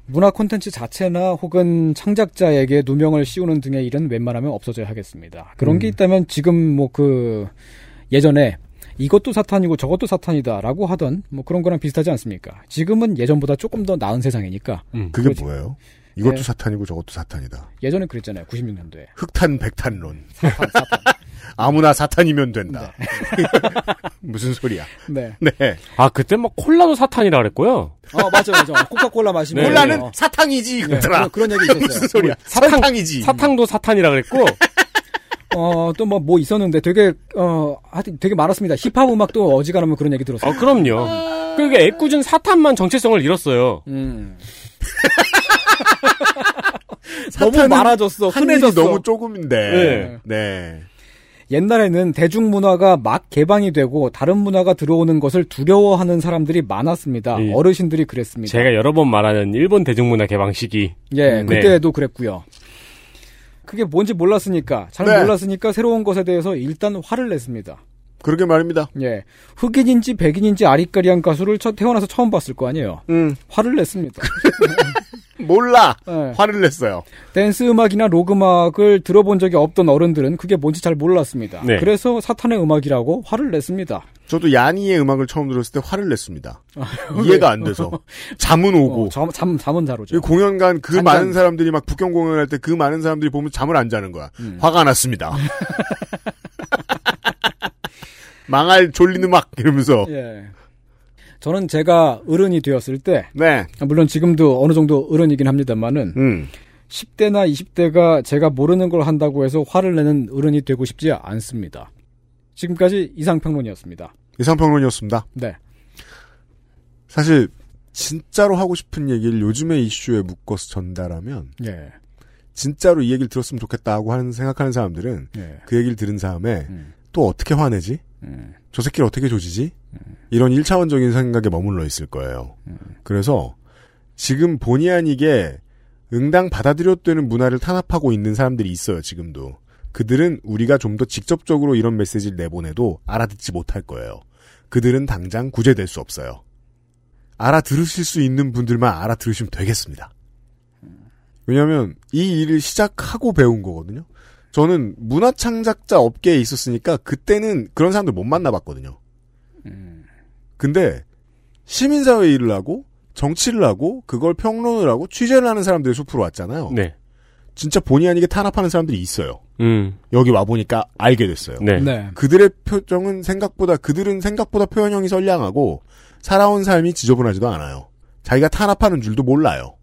[SPEAKER 4] 문화 콘텐츠 자체나 혹은 창작자에게 누명을 씌우는 등의 일은 웬만하면 없어져야 하겠습니다. 그런 게
[SPEAKER 11] 음.
[SPEAKER 4] 있다면 지금 뭐 그 예전에 이것도 사탄이고 저것도 사탄이다라고 하던 뭐 그런 거랑 비슷하지 않습니까? 지금은 예전보다 조금 더 나은 세상이니까.
[SPEAKER 2] 그게
[SPEAKER 4] 그거지.
[SPEAKER 2] 뭐예요? 이것도
[SPEAKER 4] 예.
[SPEAKER 2] 사탄이고 저것도 사탄이다.
[SPEAKER 4] 예전에 그랬잖아요. 96년도에.
[SPEAKER 2] 흑탄 백탄론. *laughs* 아무나 사탄이면 된다. *laughs* 무슨 소리야?
[SPEAKER 4] 네.
[SPEAKER 2] 네.
[SPEAKER 3] 아 그때 막 콜라도 사탄이라 그랬고요.
[SPEAKER 4] 어, 맞아, 맞아. 코카콜라 마시면. 어, 네,
[SPEAKER 3] 네. 콜라는
[SPEAKER 2] 어.
[SPEAKER 3] *laughs*
[SPEAKER 2] 사탕이지,
[SPEAKER 3] 이거더라.
[SPEAKER 4] 그런, 그런 얘기 있었어요.
[SPEAKER 3] 무슨 소리야.
[SPEAKER 2] 네. 그렇죠. 사탕이지.
[SPEAKER 3] 사탕도 사탄이라 그랬고.
[SPEAKER 4] 어, 또 뭐, 뭐 있었는데 되게, 어, 하여튼 되게 많았습니다. 힙합 음악도 어지간하면 그런 얘기 들었어요.
[SPEAKER 3] 아 그럼요. 그러니까 애꿎은 사탄만 정체성을 잃었어요.
[SPEAKER 4] 음.
[SPEAKER 2] 사탄은
[SPEAKER 4] 많아졌어.
[SPEAKER 2] 한 일이
[SPEAKER 4] 흔해졌어.
[SPEAKER 2] 너무 조금인데. 네.
[SPEAKER 4] 옛날에는 대중문화가 막 개방이 되고 다른 문화가 들어오는 것을 두려워하는 사람들이 많았습니다.
[SPEAKER 3] 예.
[SPEAKER 4] 어르신들이 그랬습니다.
[SPEAKER 3] 제가 여러 번 말하는 일본 대중문화 개방 시기.
[SPEAKER 4] 예,
[SPEAKER 3] 음,
[SPEAKER 4] 그때도 그랬고요. 그게 뭔지 몰랐으니까 잘
[SPEAKER 3] 네.
[SPEAKER 4] 몰랐으니까 새로운 것에 대해서 일단 화를 냈습니다.
[SPEAKER 2] 그러게 말입니다.
[SPEAKER 4] 예, 흑인인지 백인인지 아리까리한 가수를 첫- 태어나서 처음 봤을 거 아니에요. 화를 냈습니다.
[SPEAKER 2] 몰라. 화를 냈어요.
[SPEAKER 4] 댄스 음악이나 록 음악을 들어본 적이 없던 어른들은 그게 뭔지 잘 몰랐습니다.
[SPEAKER 2] 네.
[SPEAKER 4] 그래서 사탄의 음악이라고 화를 냈습니다.
[SPEAKER 2] 저도 야니의 음악을 처음 들었을 때 화를 냈습니다. 이해가 안 돼서. 잠은 오고.
[SPEAKER 4] 어, 잠, 잠, 잠은 잘 오죠.
[SPEAKER 2] 공연 간그
[SPEAKER 4] 그렇죠. 잠깐-
[SPEAKER 2] 많은 사람들이 막 북경 공연할 때 그 많은 사람들이 보면 잠을 안 자는 거야.
[SPEAKER 4] 음.
[SPEAKER 2] 화가
[SPEAKER 4] *laughs*
[SPEAKER 2] 났습니다. 망할 졸린 음악 이러면서.
[SPEAKER 4] 예. 저는 제가 어른이 되었을 때,
[SPEAKER 2] 네. 음.
[SPEAKER 4] 물론 지금도 어느 정도 어른이긴 합니다만은, 10대나 20대가 제가 모르는 걸 한다고 해서 화를 내는 어른이 되고 싶지 않습니다. 지금까지 이상평론이었습니다.
[SPEAKER 2] 이상평론이었습니다.
[SPEAKER 4] 네.
[SPEAKER 2] 사실 진짜로 하고 싶은 얘기를 요즘의 이슈에 묶어서 전달하면
[SPEAKER 4] 예.
[SPEAKER 2] 진짜로 이 얘기를 들었으면 좋겠다고 하는 생각하는 사람들은
[SPEAKER 4] 예.
[SPEAKER 2] 그 얘기를 들은 다음에 또 어떻게 화내지? 저 새끼를 어떻게 조지지? 이런 1차원적인 생각에 머물러 있을 거예요. 그래서 지금 본의 아니게 응당 받아들여되는 문화를 탄압하고 있는 사람들이 있어요, 지금도. 그들은 우리가 좀 더 직접적으로 이런 메시지를 내보내도 알아듣지 못할 거예요. 그들은 당장 구제될 수 없어요. 알아들으실 수 있는 분들만 알아들으시면 되겠습니다. 왜냐하면 이 일을 시작하고 배운 거거든요. 저는 문화 창작자 업계에 있었으니까 그때는 그런 사람들 못 만나봤거든요. 근데 시민사회 일을 하고 정치를 하고 그걸 평론을 하고 취재를 하는 사람들의 숲으로
[SPEAKER 4] 어.
[SPEAKER 2] 왔잖아요.
[SPEAKER 3] 네.
[SPEAKER 2] 진짜 본의 아니게 탄압하는 사람들이 있어요.
[SPEAKER 3] 음.
[SPEAKER 2] 여기 와 보니까 알게 됐어요.
[SPEAKER 3] 네. 네.
[SPEAKER 2] 그들의 표정은 생각보다 그들은 생각보다 표현형이 선량하고 살아온 삶이 지저분하지도 않아요. 자기가 탄압하는 줄도 몰라요.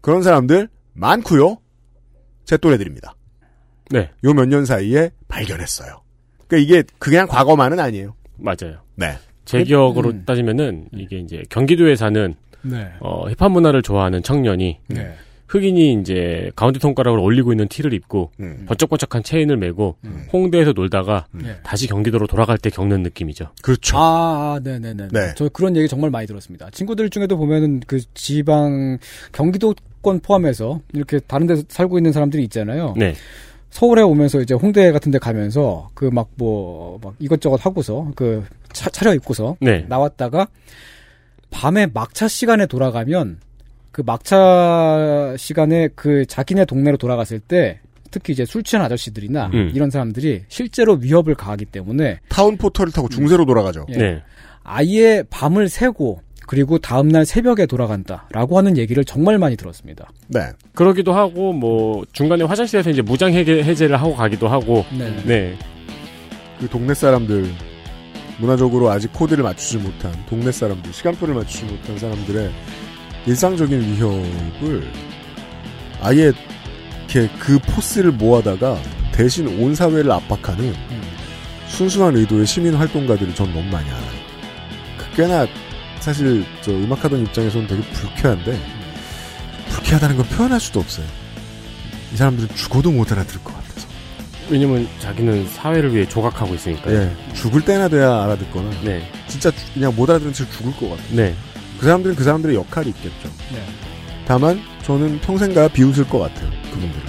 [SPEAKER 2] 그런 사람들 많고요. 제 또래들입니다.
[SPEAKER 3] 네.
[SPEAKER 2] 요 몇 년 사이에 발견했어요. 그러니까 이게 그냥 과거만은 아니에요.
[SPEAKER 3] 맞아요.
[SPEAKER 2] 네.
[SPEAKER 3] 제 기억으로
[SPEAKER 4] 음.
[SPEAKER 3] 따지면은 이게 이제 경기도에 사는
[SPEAKER 4] 네.
[SPEAKER 3] 어, 힙합 문화를 좋아하는 청년이
[SPEAKER 4] 네.
[SPEAKER 3] 흑인이 이제 가운데 손가락을 올리고 있는 티를 입고
[SPEAKER 2] 음.
[SPEAKER 3] 번쩍번쩍한 체인을 메고 홍대에서 놀다가
[SPEAKER 4] 음. 네. 어.
[SPEAKER 3] 다시 경기도로 돌아갈 때 겪는 느낌이죠.
[SPEAKER 2] 그렇죠.
[SPEAKER 4] 아, 아, 네네네.
[SPEAKER 3] 네.
[SPEAKER 4] 저 그런 얘기 정말 많이 들었습니다. 친구들 중에도 보면은 그 지방, 경기도권 포함해서 이렇게 다른 데서 살고 있는 사람들이 있잖아요.
[SPEAKER 3] 네.
[SPEAKER 4] 서울에 오면서 이제 홍대 같은 데 가면서 그 막 뭐, 막 이것저것 하고서 그 차, 차려입고서
[SPEAKER 3] 네.
[SPEAKER 4] 나왔다가 밤에 막차 시간에 돌아가면 그 막차 시간에 그 자기네 동네로 돌아갔을 때 특히 이제 술 취한 아저씨들이나
[SPEAKER 2] 음.
[SPEAKER 4] 이런 사람들이 실제로 위협을 가하기 때문에
[SPEAKER 2] 타운포터를 타고 중세로 돌아가죠.
[SPEAKER 4] 예.
[SPEAKER 3] 네.
[SPEAKER 4] 아예 밤을 새고 그리고 다음날 새벽에 돌아간다라고 하는 얘기를 정말 많이 들었습니다.
[SPEAKER 2] 네.
[SPEAKER 3] 그러기도 하고 뭐 중간에 화장실에서 이제 무장 해제, 해제를 하고 가기도 하고
[SPEAKER 4] 네.
[SPEAKER 2] 그 동네 사람들 문화적으로 아직 코드를 맞추지 못한 동네 사람들 시간표를 맞추지 못한 사람들의 일상적인 위협을 아예 이렇게 그 포스를 모아다가 대신 온 사회를 압박하는 순수한 의도의 시민 활동가들을 전 너무 많이 알아요. 그 꽤나 사실 저 음악하던 입장에서는 되게 불쾌한데 불쾌하다는 걸 표현할 수도 없어요. 이 사람들은 죽어도 못 알아들을 것 같아서.
[SPEAKER 3] 왜냐면 자기는 사회를 위해 조각하고 있으니까요.
[SPEAKER 2] 예, 죽을 때나 돼야 알아듣거나
[SPEAKER 3] 네.
[SPEAKER 2] 진짜 죽- 그냥 못 알아들은 채 죽을 것 같아요.
[SPEAKER 3] 네.
[SPEAKER 2] 그 사람들은 그 사람들의 역할이 있겠죠.
[SPEAKER 4] 네.
[SPEAKER 2] 다만 저는 평생 가 비웃을 것 같아요. 그분들을.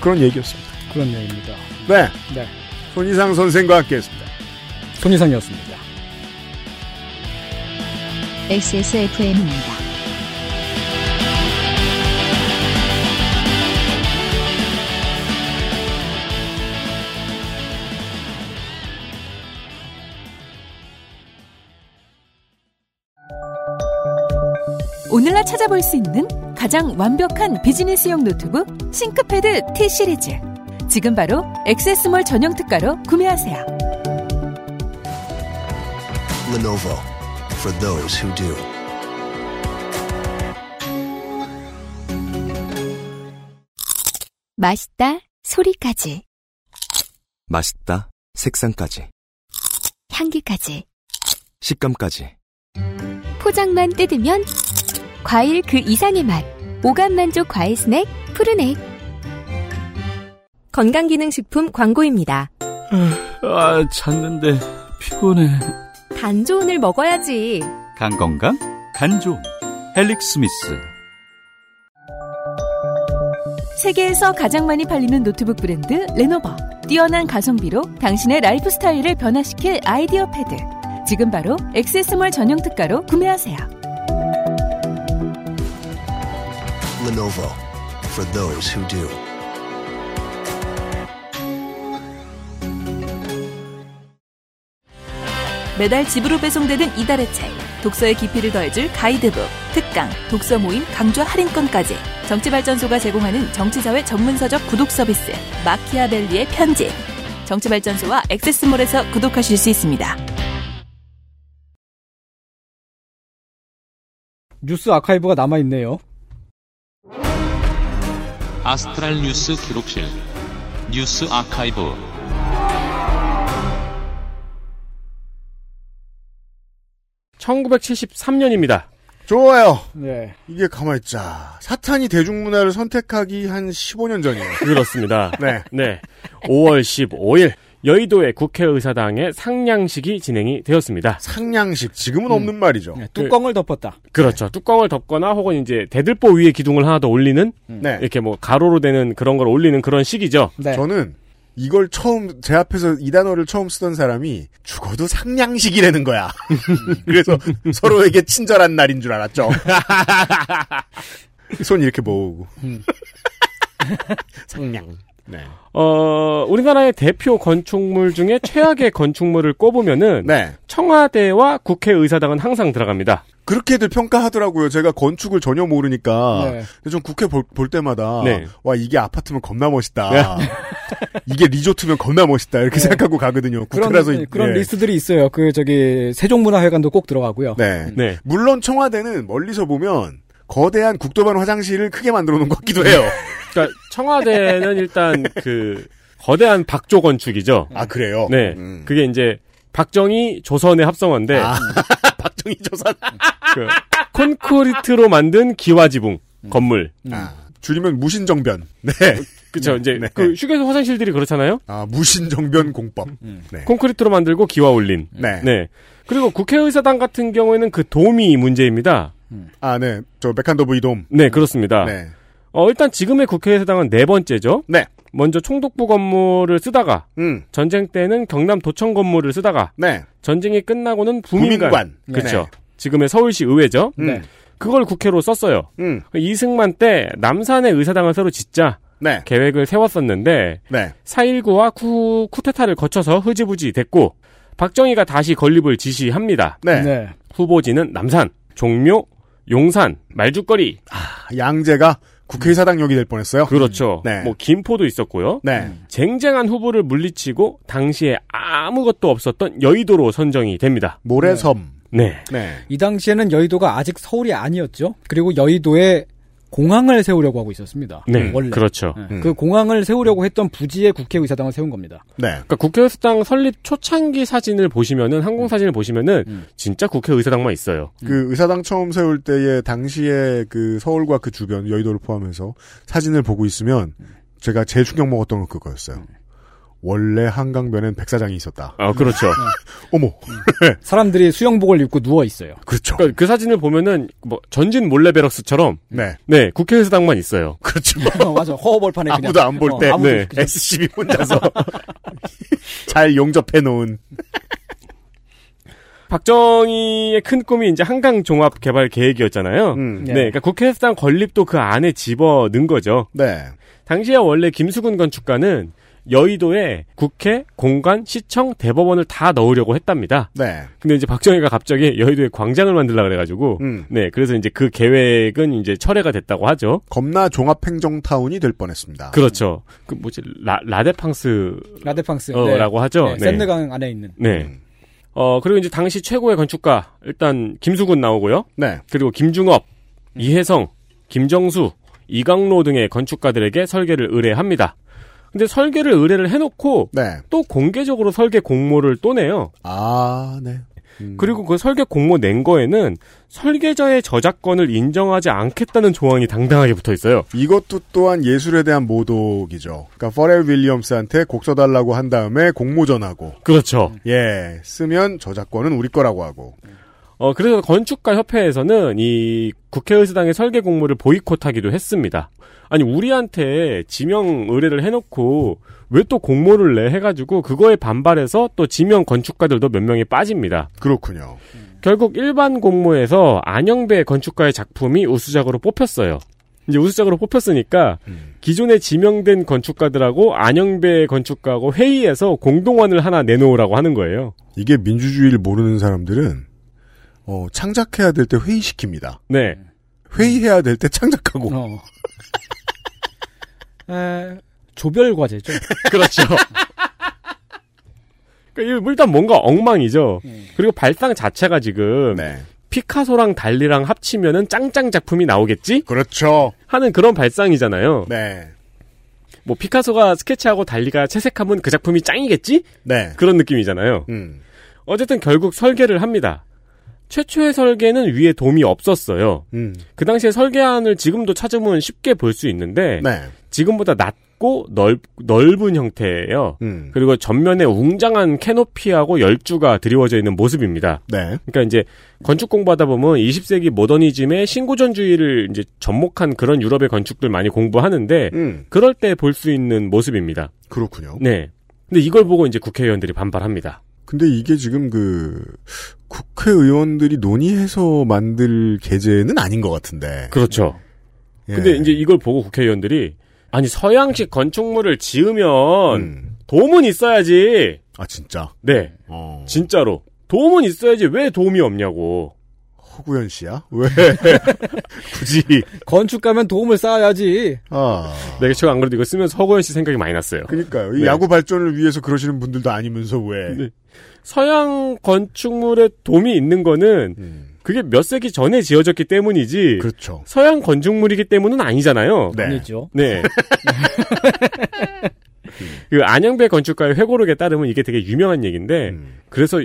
[SPEAKER 2] 그런 얘기였습니다.
[SPEAKER 4] 그런 내용입니다.
[SPEAKER 2] 네.
[SPEAKER 4] 네.
[SPEAKER 2] 손희상 선생과 함께했습니다.
[SPEAKER 4] 손희상이었습니다.
[SPEAKER 1] XSFM입니다.
[SPEAKER 8] 오늘날 찾아볼 수 있는 가장 완벽한 비즈니스용 노트북 싱크패드 T 시리즈. 지금 바로 액세스몰 전용 특가로 구매하세요.
[SPEAKER 11] Lenovo for those who do.
[SPEAKER 5] 맛있다, 소리까지,
[SPEAKER 12] 맛있다, 색상까지,
[SPEAKER 5] 향기까지,
[SPEAKER 12] 식감까지.
[SPEAKER 5] 포장만 뜯으면 과일 그 이상의 맛. 오감 만족 과일 스낵 푸르넥.
[SPEAKER 13] 건강기능식품 광고입니다.
[SPEAKER 6] 아, 잤는데 피곤해.
[SPEAKER 13] 간 좋은을 먹어야지.
[SPEAKER 6] 간 건강, 간 좋은. 헬릭 스미스.
[SPEAKER 8] 세계에서 가장 많이 팔리는 노트북 브랜드 레노버. 뛰어난 가성비로 당신의 라이프 스타일을 변화시킬 아이디어 패드. 지금 바로 액세스몰 전용 특가로 구매하세요.
[SPEAKER 11] Lenovo for those who do.
[SPEAKER 8] 매달 집으로 배송되는 이달의 책, 독서의 깊이를 더해줄 가이드북, 특강, 독서 모임 강좌 할인권까지 정치발전소가 제공하는 정치사회 전문서적 구독 서비스 마키아벨리의 편지 정치발전소와 액세스몰에서 구독하실 수 있습니다.
[SPEAKER 4] 뉴스 아카이브가 남아 있네요.
[SPEAKER 9] 아스트랄 뉴스 기록실 뉴스 아카이브
[SPEAKER 3] (1973년입니다)
[SPEAKER 2] 좋아요.
[SPEAKER 4] 네.
[SPEAKER 2] 이게 가만있자. 사탄이 대중문화를 선택하기 한 15년 전이에요.
[SPEAKER 3] 그렇습니다.
[SPEAKER 2] *laughs* 네.
[SPEAKER 3] 네. 5월 15일 여의도의 국회의사당의 상냥식이 진행이 되었습니다.
[SPEAKER 2] 상냥식 지금은
[SPEAKER 4] 음.
[SPEAKER 2] 없는 말이죠.
[SPEAKER 4] 네. 뚜껑을 덮었다.
[SPEAKER 2] 네.
[SPEAKER 3] 그렇죠. 뚜껑을 덮거나 혹은 이제 대들보 위에 기둥을 하나 더 올리는
[SPEAKER 2] 네.
[SPEAKER 3] 이렇게 뭐 가로로 되는 그런 걸 올리는 그런 식이죠.
[SPEAKER 4] 네.
[SPEAKER 2] 저는 이걸 처음 제 앞에서 이 단어를 처음 쓰던 사람이 죽어도 상냥식이라는
[SPEAKER 4] *laughs*
[SPEAKER 2] 거야. 그래서 서로에게 친절한 날인 줄
[SPEAKER 4] *laughs*
[SPEAKER 2] 알았죠. 손 이렇게 모으고 상냥. 네.
[SPEAKER 3] 어, 우리나라의 대표 건축물 중에 최악의 *laughs* 건축물을 꼽으면은
[SPEAKER 2] 네.
[SPEAKER 3] 청와대와 국회의사당은 항상 들어갑니다.
[SPEAKER 2] 그렇게들 평가하더라고요. 제가 건축을 전혀 모르니까.
[SPEAKER 3] 네.
[SPEAKER 2] 근데 전 국회 볼, 볼 때마다
[SPEAKER 3] 네.
[SPEAKER 2] 와 이게 아파트면 겁나 멋있다.
[SPEAKER 4] 네.
[SPEAKER 2] *laughs* 이게 리조트면 겁나 멋있다. 이렇게 생각하고 가거든요.
[SPEAKER 4] 그런 네,
[SPEAKER 2] 국회라서 이-
[SPEAKER 4] 그런
[SPEAKER 2] 예.
[SPEAKER 4] 리스트들이 있어요. 그 저기 세종문화회관도 꼭 들어가고요.
[SPEAKER 2] 네. 물론 청와대는 멀리서 보면 거대한 국도반 화장실을 크게 만들어 놓은 것 같기도
[SPEAKER 4] *laughs*
[SPEAKER 2] 해요.
[SPEAKER 3] 그러니까 청와대는 일단 그 거대한 박조 건축이죠.
[SPEAKER 2] 아 그래요?
[SPEAKER 3] 네, 그게 이제 박정희 조선의 합성어인데
[SPEAKER 2] 아. 박정희 조선
[SPEAKER 3] 그 콘크리트로 만든 기와지붕
[SPEAKER 2] 음.
[SPEAKER 3] 건물.
[SPEAKER 2] 아, 줄이면 무신정변. 네.
[SPEAKER 3] 그렇죠. 이제 그 휴게소 화장실들이 그렇잖아요.
[SPEAKER 2] 아 무신정변 공법. 네.
[SPEAKER 3] 콘크리트로 만들고 기와 올린.
[SPEAKER 2] 네.
[SPEAKER 3] 그리고 국회의사당 같은 경우에는 그 돔이 문제입니다.
[SPEAKER 2] 아, 네. 저 백한더브 이돔.
[SPEAKER 3] 네, 그렇습니다.
[SPEAKER 2] 네.
[SPEAKER 3] 어, 일단 지금의 국회의사당은 네 번째죠.
[SPEAKER 2] 네.
[SPEAKER 3] 먼저 총독부 건물을 쓰다가 전쟁 때는 경남 도청 건물을 쓰다가
[SPEAKER 2] 음. 네.
[SPEAKER 3] 전쟁이 끝나고는 부민관.
[SPEAKER 2] 부민관. 네.
[SPEAKER 3] 그렇죠. 지금의 서울시 의회죠.
[SPEAKER 2] 네.
[SPEAKER 3] 그걸 국회로 썼어요. 그
[SPEAKER 2] 음.
[SPEAKER 3] 이승만 때 남산의 의사당을 새로 짓자
[SPEAKER 2] 네.
[SPEAKER 3] 계획을 세웠었는데
[SPEAKER 2] 네.
[SPEAKER 3] 4.19와 쿠, 쿠데타를 거쳐서 흐지부지 됐고 박정희가 다시 건립을 지시합니다.
[SPEAKER 2] 네.
[SPEAKER 3] 후보지는 남산, 종묘, 용산, 말죽거리.
[SPEAKER 4] 아,
[SPEAKER 2] 양재가 국회의사당역이 될 뻔했어요. 네.
[SPEAKER 3] 그렇죠.
[SPEAKER 4] 네.
[SPEAKER 3] 뭐 김포도 있었고요.
[SPEAKER 2] 음.
[SPEAKER 3] 쟁쟁한 후보를 물리치고 당시에 아무것도 없었던 여의도로 선정이 됩니다.
[SPEAKER 2] 모래섬.
[SPEAKER 3] 네.
[SPEAKER 4] 이 당시에는 여의도가 아직 서울이 아니었죠. 그리고 여의도에 공항을 세우려고 하고 있었습니다.
[SPEAKER 3] 네,
[SPEAKER 4] 원래.
[SPEAKER 3] 그렇죠.
[SPEAKER 4] 네.
[SPEAKER 3] 음.
[SPEAKER 4] 그 공항을 세우려고 했던 부지에 국회의사당을 세운 겁니다.
[SPEAKER 2] 네.
[SPEAKER 3] 그러니까 국회의사당 설립 초창기 사진을 보시면은 항공 사진을 보시면은 진짜 국회의사당만 있어요.
[SPEAKER 2] 그 의사당 처음 세울 때의 당시에 그 서울과 그 주변 음. 여의도를 포함해서 사진을 보고 있으면 제가 제일 충격 먹었던 건 그거였어요. 원래 한강변엔 백사장이 있었다.
[SPEAKER 3] 아, 그렇죠.
[SPEAKER 2] 어머.
[SPEAKER 4] 사람들이 수영복을 입고 누워 있어요.
[SPEAKER 2] 그렇죠.
[SPEAKER 3] 그러니까 그 사진을 보면은 뭐 전진 몰래 베럭스처럼
[SPEAKER 2] 네.
[SPEAKER 3] 네, 국회의사당만 *laughs* 있어요.
[SPEAKER 2] 그렇죠.
[SPEAKER 4] *laughs* 어, 맞아. 허허벌판에 그냥.
[SPEAKER 2] 아무도 안 볼
[SPEAKER 4] 어,
[SPEAKER 2] 때,
[SPEAKER 4] 아무도
[SPEAKER 2] 네.
[SPEAKER 4] 그냥
[SPEAKER 2] SCB 혼자서 *laughs* 잘 용접해 놓은.
[SPEAKER 3] 박정희의 큰 꿈이 이제 한강 종합 개발 계획이었잖아요. 네, 그러니까 국회의사당 건립도 그 안에 집어 넣은 거죠.
[SPEAKER 2] 네.
[SPEAKER 3] 당시에 원래 김수근 건축가는 여의도에 국회, 공관, 시청, 대법원을 다 넣으려고 했답니다.
[SPEAKER 2] 네.
[SPEAKER 3] 근데 이제 박정희가 갑자기 여의도에 광장을 만들라 그래가지고, 네, 그래서 이제 그 계획은 이제 철회가 됐다고 하죠.
[SPEAKER 2] 겁나 종합행정타운이 될 뻔했습니다.
[SPEAKER 3] 그렇죠. 그 뭐지, 라, 라데팡스,
[SPEAKER 4] 라데팡스.
[SPEAKER 3] 어, 라고 하죠? 네.
[SPEAKER 4] 샌드강 안에 있는.
[SPEAKER 3] 네. 어, 그리고 이제 당시 최고의 건축가, 일단 김수근 나오고요.
[SPEAKER 2] 네.
[SPEAKER 3] 그리고 김중업, 이혜성, 김정수, 이강로 등의 건축가들에게 설계를 의뢰합니다. 근데 설계를 의뢰를 해놓고, 또 공개적으로 설계 공모를 또 내요.
[SPEAKER 2] 네. 아, 네.
[SPEAKER 3] 그리고 그 설계 공모 낸 거에는 설계자의 저작권을 인정하지 않겠다는 조항이 당당하게 붙어 있어요.
[SPEAKER 2] 이것도 또한 예술에 대한 모독이죠. 그러니까 퍼렐 윌리엄스한테 곡 써달라고 한 다음에 공모전하고
[SPEAKER 3] 그렇죠.
[SPEAKER 2] 예 쓰면 저작권은 우리 거라고 하고
[SPEAKER 3] 어, 그래서 건축가 협회에서는 이 국회의사당의 설계 공모를 보이콧하기도 했습니다. 아니, 우리한테 지명 의뢰를 해놓고 왜 또 공모를 내 해가지고 그거에 반발해서 또 지명 건축가들도 몇 명이 빠집니다.
[SPEAKER 2] 그렇군요.
[SPEAKER 3] 결국 일반 공모에서 안영배 건축가의 작품이 우수작으로 뽑혔어요. 이제 우수작으로 뽑혔으니까 기존에 지명된 건축가들하고 안영배 건축가하고 회의해서 공동안을 하나 내놓으라고 하는 거예요.
[SPEAKER 2] 이게 민주주의를 모르는 사람들은 어, 창작해야 될 때 회의시킵니다.
[SPEAKER 3] 네.
[SPEAKER 2] 회의해야 될 때
[SPEAKER 4] 어.
[SPEAKER 2] 창작하고
[SPEAKER 4] *laughs* 에, 조별 과제죠.
[SPEAKER 3] 그렇죠. *laughs* 그러니까 이거 일단 뭔가 엉망이죠. 그리고 발상 자체가 지금
[SPEAKER 2] 네.
[SPEAKER 3] 피카소랑 달리랑 합치면은 짱짱 작품이 나오겠지?
[SPEAKER 2] 그렇죠.
[SPEAKER 3] 하는 그런 발상이잖아요.
[SPEAKER 2] 네.
[SPEAKER 3] 뭐 피카소가 스케치하고 달리가 채색하면 그 작품이 짱이겠지?
[SPEAKER 2] 네.
[SPEAKER 3] 그런 느낌이잖아요.
[SPEAKER 2] 음,
[SPEAKER 3] 어쨌든 결국 설계를 합니다. 최초의 설계는 위에 돔이 없었어요.
[SPEAKER 2] 음.
[SPEAKER 3] 그 당시에 설계안을 지금도 찾으면 쉽게 볼 수 있는데
[SPEAKER 2] 네.
[SPEAKER 3] 지금보다 낮고 넓, 넓은 형태예요.
[SPEAKER 2] 음.
[SPEAKER 3] 그리고 전면에 웅장한 캐노피하고 열주가 드리워져 있는 모습입니다.
[SPEAKER 2] 네.
[SPEAKER 3] 그러니까 이제 건축 공부하다 보면 20세기 모더니즘의 신고전주의를 이제 접목한 그런 유럽의 건축들 많이 공부하는데 그럴 때 볼 수 있는 모습입니다.
[SPEAKER 2] 음. 그렇군요.
[SPEAKER 3] 음. 네. 근데 이걸 보고 이제 국회의원들이 반발합니다.
[SPEAKER 2] 근데 이게 지금 그 국회의원들이 논의해서 만들 게제는 아닌 것 같은데. 예.
[SPEAKER 3] 그렇죠. 근데 이제 이걸 보고 국회의원들이 아니 서양식 건축물을 지으면
[SPEAKER 2] 음.
[SPEAKER 3] 도움은 있어야지.
[SPEAKER 2] 아 진짜. 어.
[SPEAKER 3] 네. 진짜로 도움은 있어야지 왜 도움이 없냐고.
[SPEAKER 2] 허구현 씨야? 왜? *laughs* 굳이
[SPEAKER 4] 건축가면 도움을 쌓아야지.
[SPEAKER 2] 아.
[SPEAKER 3] 내가 지금 네, 안 그래도 이거 쓰면서 허구현 씨 생각이 많이 났어요.
[SPEAKER 2] 그러니까요. 이
[SPEAKER 3] 네.
[SPEAKER 2] 야구 발전을 위해서 그러시는 분들도 아니면서 왜?
[SPEAKER 3] 서양 건축물에 도움이 있는 거는 그게 몇 세기 전에 지어졌기 때문이지.
[SPEAKER 2] 음. 그렇죠.
[SPEAKER 3] 서양 건축물이기 때문은 네. 아니잖아요.
[SPEAKER 2] 네.
[SPEAKER 4] 아니죠.
[SPEAKER 3] 네. *laughs* 그 안영배 건축가의 회고록에 따르면 이게 되게 유명한 얘기인데
[SPEAKER 2] 음.
[SPEAKER 3] 그래서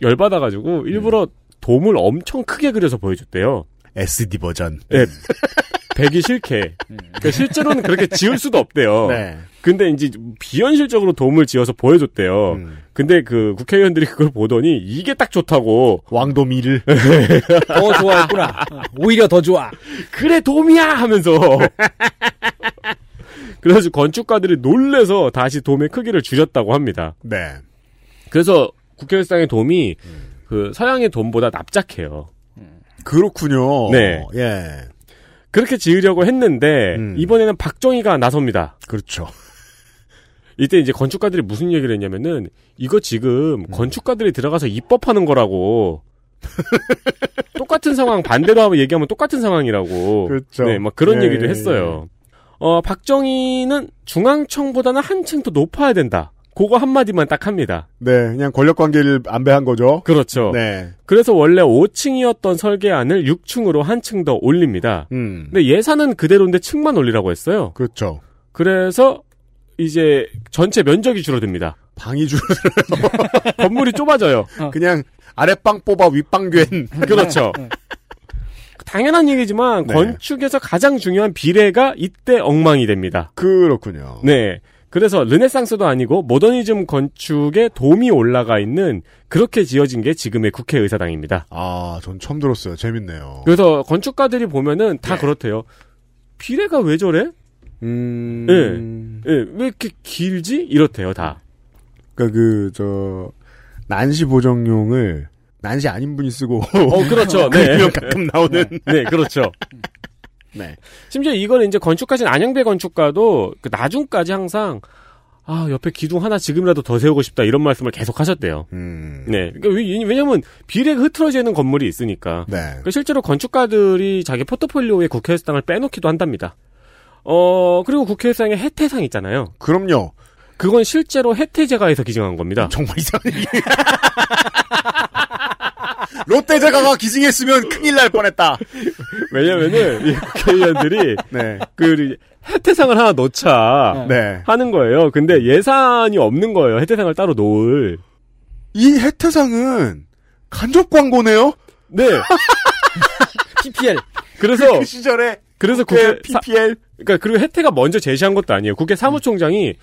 [SPEAKER 3] 열받아가지고 일부러 돔을 엄청 크게 그려서 보여줬대요.
[SPEAKER 2] SD 버전.
[SPEAKER 3] 네. 배기 싫게. 그러니까 실제로는 그렇게 지을 수도 없대요.
[SPEAKER 2] 네.
[SPEAKER 3] 근데 이제 비현실적으로 돔을 지어서 보여줬대요. 근데 그 국회의원들이 그걸 보더니 이게 딱 좋다고.
[SPEAKER 2] 왕도미를.
[SPEAKER 4] 더 좋아했구나. 어, 오히려 더 좋아.
[SPEAKER 3] 그래 돔이야 하면서. 그래서 건축가들이 놀래서 다시 돔의 크기를 줄였다고 합니다.
[SPEAKER 2] 네.
[SPEAKER 3] 그래서 국회의사당의 돔이 그 서양의 돔보다 납작해요.
[SPEAKER 2] 그렇군요.
[SPEAKER 3] 네.
[SPEAKER 2] 예.
[SPEAKER 3] 그렇게 지으려고 했는데
[SPEAKER 2] 음.
[SPEAKER 3] 이번에는 박정희가 나섭니다.
[SPEAKER 2] 그렇죠.
[SPEAKER 3] 이때 이제 건축가들이 무슨 얘기를 했냐면은 이거
[SPEAKER 2] 음.
[SPEAKER 3] 지금 건축가들이 들어가서 입법하는 거라고 *laughs* 똑같은 상황 반대로 하면 얘기하면 똑같은 상황이라고
[SPEAKER 2] 그렇죠.
[SPEAKER 3] 네, 막 그런
[SPEAKER 2] 예,
[SPEAKER 3] 얘기도
[SPEAKER 2] 예,
[SPEAKER 3] 했어요. 어 박정희는 중앙청보다는 한층 더 높아야 된다. 그거 한마디만 딱 합니다.
[SPEAKER 2] 네, 그냥 권력 관계를 안배한 거죠.
[SPEAKER 3] 그렇죠.
[SPEAKER 2] 네.
[SPEAKER 3] 그래서 원래 5층이었던 설계안을 6층으로 한층 더 올립니다.
[SPEAKER 2] 음.
[SPEAKER 3] 근데 예산은 그대로인데 층만 올리라고 했어요.
[SPEAKER 2] 그렇죠.
[SPEAKER 3] 그래서 이제 전체 면적이 줄어듭니다.
[SPEAKER 2] 방이 줄어들어요.
[SPEAKER 3] 건물이 좁아져요.
[SPEAKER 2] *laughs* 그냥 아랫방 뽑아 윗방 괜.
[SPEAKER 3] *laughs* 그렇죠. 당연한 얘기지만
[SPEAKER 2] 네.
[SPEAKER 3] 건축에서 가장 중요한 비례가 이때 엉망이 됩니다.
[SPEAKER 2] 그렇군요.
[SPEAKER 3] 네. 그래서 르네상스도 아니고 모더니즘 건축에 돔이 올라가 있는 그렇게 지어진 게 지금의 국회의사당입니다.
[SPEAKER 2] 아, 전 처음 들었어요. 재밌네요.
[SPEAKER 3] 그래서 건축가들이 보면은 다 그렇대요. 비례가 왜 저래?
[SPEAKER 2] 음.
[SPEAKER 3] 예. 예. 왜 이렇게 길지? 이렇대요, 다.
[SPEAKER 2] 그러니까 그, 저, 난시 보정용을 난시 아닌 분이 쓰고.
[SPEAKER 3] 어,
[SPEAKER 2] *laughs*
[SPEAKER 3] 그렇죠. 네.
[SPEAKER 2] 그러면 가끔 나오는.
[SPEAKER 3] 네, 그렇죠.
[SPEAKER 2] 네.
[SPEAKER 3] 심지어 이걸 이제 건축가진 안영배 건축가도 그 나중까지 항상 아 옆에 기둥 하나 지금이라도 더 세우고 싶다 이런 말씀을 계속 하셨대요.
[SPEAKER 2] 음.
[SPEAKER 3] 네, 그러니까 왜- 왜냐면 비례가 흐트러져 있는 건물이 있으니까.
[SPEAKER 2] 네.
[SPEAKER 3] 그 실제로 건축가들이 자기 포트폴리오에 국회의사당을 빼놓기도 한답니다. 어 그리고 국회의사당에 해태상 있잖아요.
[SPEAKER 2] 그럼요.
[SPEAKER 3] 그건 실제로 해태제가에서 기증한 겁니다.
[SPEAKER 2] 정말 이상해. *laughs* 롯데제가가 기증했으면 큰일 날 뻔했다.
[SPEAKER 3] 왜냐면은 이 국회의원들이
[SPEAKER 2] 네.
[SPEAKER 3] 그 혜태상을 하나 넣자
[SPEAKER 2] 네.
[SPEAKER 3] 하는 거예요. 근데 예산이 없는 거예요. 혜태상을 따로 놓을.
[SPEAKER 2] 이 혜태상은 간접 광고네요.
[SPEAKER 3] 네.
[SPEAKER 4] PPL.
[SPEAKER 3] 그래서
[SPEAKER 2] 그 시절에
[SPEAKER 3] 그래서 국회 PPL. 그러니까 그리고 혜태가 먼저 제시한 것도 아니에요. 국회 사무총장이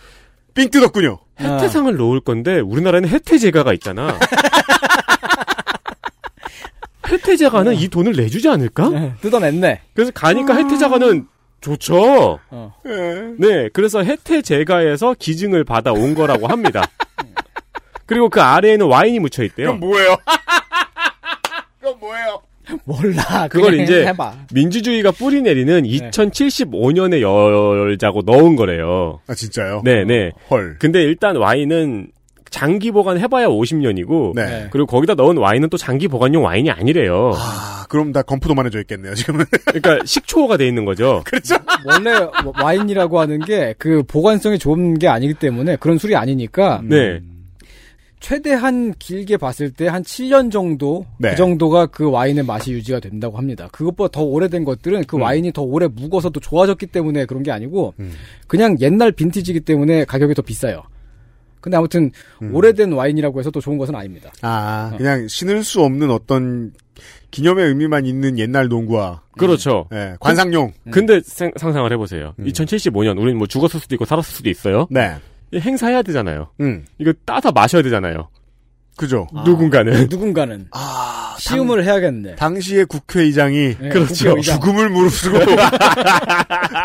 [SPEAKER 2] 삥 뜯었군요.
[SPEAKER 3] 혜태상을 놓을 건데 우리나라에는 혜태제가가 *laughs* 있잖아. 혜태제가는 이 돈을 내주지 않을까?
[SPEAKER 4] 예, 뜯어냈네.
[SPEAKER 3] 그래서 가니까 혜태제가는 좋죠. 네, 그래서 혜태 제가에서 기증을 받아 온 거라고 *laughs* 합니다. 그리고 그 아래에는 와인이 묻혀 있대요.
[SPEAKER 2] 뭐예요? *laughs* 그건 뭐예요?
[SPEAKER 4] 몰라.
[SPEAKER 3] 그걸
[SPEAKER 4] 그냥
[SPEAKER 3] 이제
[SPEAKER 4] 해봐. 네.
[SPEAKER 3] 민주주의가 뿌리 내리는 2075년에 열자고 넣은 거래요.
[SPEAKER 2] 아 진짜요?
[SPEAKER 3] 네, 네.
[SPEAKER 2] 헐.
[SPEAKER 3] 근데 일단 와인은 장기 보관 해봐야 50년이고,
[SPEAKER 2] 네.
[SPEAKER 3] 그리고 거기다 넣은 와인은 또 장기 보관용 와인이 아니래요.
[SPEAKER 2] 아, 그럼 다 건푸도만해져 있겠네요. 지금은.
[SPEAKER 3] 그러니까 식초가 돼 있는
[SPEAKER 2] *laughs*
[SPEAKER 3] 거죠.
[SPEAKER 2] 그렇죠.
[SPEAKER 4] 원래 와- 와인이라고 하는 게 그 보관성이 좋은 게 아니기 때문에 그런 술이 아니니까
[SPEAKER 3] 네.
[SPEAKER 4] 최대한 길게 봤을 때 한 7년 정도
[SPEAKER 2] 네.
[SPEAKER 4] 그 정도가 그 와인의 맛이 유지가 된다고 합니다. 그것보다 더 오래된 것들은
[SPEAKER 2] 음.
[SPEAKER 4] 그 와인이 더 오래 묵어서 또 좋아졌기 때문에 그런 게 아니고 그냥 옛날 빈티지이기 때문에 가격이 더 비싸요. 근데 아무튼
[SPEAKER 2] 음.
[SPEAKER 4] 오래된 와인이라고 해서 또 좋은 것은 아닙니다.
[SPEAKER 2] *laughs* 아, 그냥 신을 수 없는 어떤 기념의 의미만 있는 옛날 농구와
[SPEAKER 3] 그렇죠.
[SPEAKER 2] 예, 관상용.
[SPEAKER 4] 네.
[SPEAKER 3] 근데 생- 상상을 해보세요.
[SPEAKER 2] 음.
[SPEAKER 3] 2075년, 우리는 뭐 죽었을 수도 있고 살았을 수도 있어요.
[SPEAKER 2] 네.
[SPEAKER 3] 이 행사해야 되잖아요.
[SPEAKER 2] 음.
[SPEAKER 3] 이거 따서 마셔야 되잖아요.
[SPEAKER 2] 그죠.
[SPEAKER 4] 아.
[SPEAKER 2] 아,
[SPEAKER 3] 누군가는. *laughs*
[SPEAKER 4] 누군가는 시음을 해야겠네.
[SPEAKER 2] 당시의 국회의장이
[SPEAKER 4] 네,
[SPEAKER 2] 그렇죠.
[SPEAKER 4] 국회의장.
[SPEAKER 2] 죽음을 무릅쓰고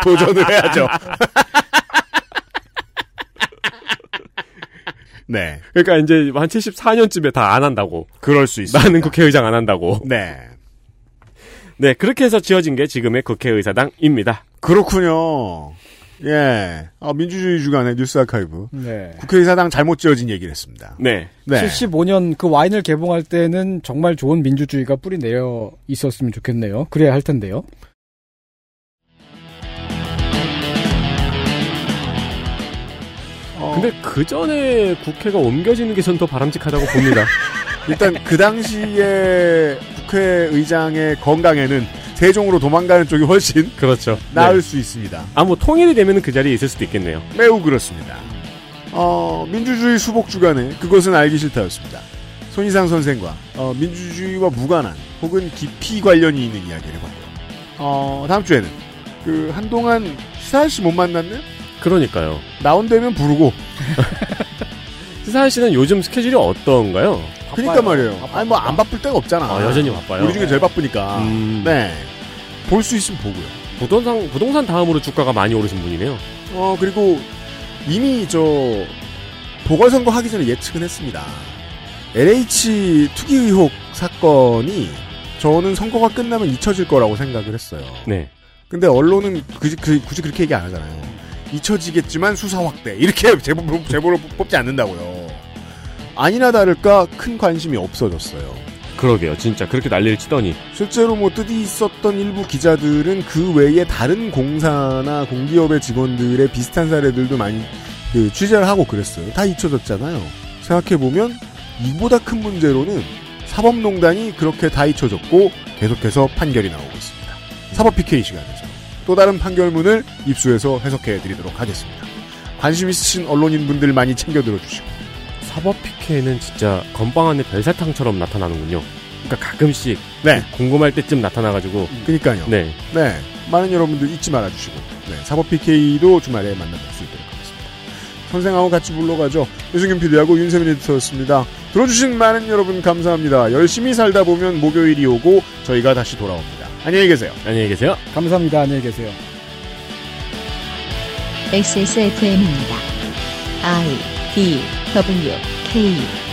[SPEAKER 2] *laughs* 도전을 해야죠. *laughs* 네.
[SPEAKER 3] 그러니까 이제 한 74년쯤에 다 안 한다고.
[SPEAKER 2] 그럴 수 있어요.
[SPEAKER 3] 나는 국회의장 안 한다고.
[SPEAKER 2] 네.
[SPEAKER 3] 네, 그렇게 해서 지어진 게 지금의 국회의사당입니다.
[SPEAKER 2] 그렇군요. 예. 아, 민주주의 주간의 뉴스 아카이브.
[SPEAKER 4] 네.
[SPEAKER 2] 국회의사당 잘못 지어진 얘기를 했습니다.
[SPEAKER 3] 네.
[SPEAKER 2] 네.
[SPEAKER 4] 75년 그 와인을 개봉할 때는 정말 좋은 민주주의가 뿌리 내려 있었으면 좋겠네요. 그래야 할 텐데요.
[SPEAKER 3] 근데 그 전에 국회가 옮겨지는 게 전 더 바람직하다고 봅니다.
[SPEAKER 2] 일단 그 당시에 국회의장의 건강에는 세종으로 도망가는 쪽이 훨씬
[SPEAKER 3] *laughs* 그렇죠.
[SPEAKER 2] 나을
[SPEAKER 3] 네.
[SPEAKER 2] 수 있습니다.
[SPEAKER 3] 아, 뭐 통일이 되면 그 자리에 있을 수도 있겠네요.
[SPEAKER 2] 매우 그렇습니다. 어, 민주주의 수복 주간에 그것은 알기 싫다였습니다. 손희상 선생과 어, 민주주의와 무관한 혹은 깊이 관련이 있는 이야기를 해봤고요. 어, 다음 주에는 그 한동안 시사할 씨못 만났네?
[SPEAKER 3] 그러니까요.
[SPEAKER 2] 나온다면 부르고
[SPEAKER 3] 시사할 씨는 요즘 스케줄이 어떤가요?
[SPEAKER 2] 그러니까 말이에요. 아니 뭐 안 바쁠 때가 없잖아.
[SPEAKER 3] 아, 여전히 바빠요.
[SPEAKER 2] 우리 중에 제일 바쁘니까.
[SPEAKER 3] 음.
[SPEAKER 2] 네. 볼 수 있으면 보고요.
[SPEAKER 3] 부동산, 부동산 다음으로 주가가 많이 오르신 분이네요.
[SPEAKER 2] 어 그리고 이미 저 보궐선거 하기 전에 예측은 했습니다. LH 투기 의혹 사건이 저는 선거가 끝나면 잊혀질 거라고 생각을 했어요.
[SPEAKER 3] 네.
[SPEAKER 2] 근데 언론은 굳이, 그- 굳이 그렇게 얘기 안 하잖아요. 잊혀지겠지만 수사 확대 이렇게 *laughs* 제보, 제보를 뽑지 않는다고요. 아니나 다를까 큰 관심이 없어졌어요.
[SPEAKER 3] 그러게요. 진짜 그렇게 난리를 치더니.
[SPEAKER 2] 실제로 뭐 뜻이 있었던 일부 기자들은 그 외에 다른 공사나 공기업의 직원들의 비슷한 사례들도 많이 그 취재를 하고 그랬어요. 다 잊혀졌잖아요. 생각해보면 이보다 큰 문제로는 사법농단이 그렇게 다 잊혀졌고 계속해서 판결이 나오고 있습니다. 사법 PK 시간에서 또 다른 판결문을 입수해서 해석해드리도록 하겠습니다. 관심 있으신 언론인분들 많이 챙겨 들어주시고
[SPEAKER 3] 사법 PK는 진짜 건빵 안에 별사탕처럼 나타나는군요. 그러니까 가끔씩
[SPEAKER 2] 네.
[SPEAKER 3] 궁금할 때쯤 나타나가지고
[SPEAKER 2] 그니까요.
[SPEAKER 3] 네.
[SPEAKER 2] 네. 많은 여러분들 잊지 말아주시고, 네. 사법 PK도 주말에 만나뵐 수 있도록 하겠습니다. 선생하고 같이 불러가죠. 유승균 PD하고 윤세민 에디터였습니다. 들어주신 많은 여러분 감사합니다. 열심히 살다 보면 목요일이 오고 저희가 다시 돌아옵니다. 안녕히 계세요.
[SPEAKER 3] 안녕히 계세요.
[SPEAKER 4] 감사합니다. 안녕히 계세요.
[SPEAKER 1] XSFM입니다. I D W K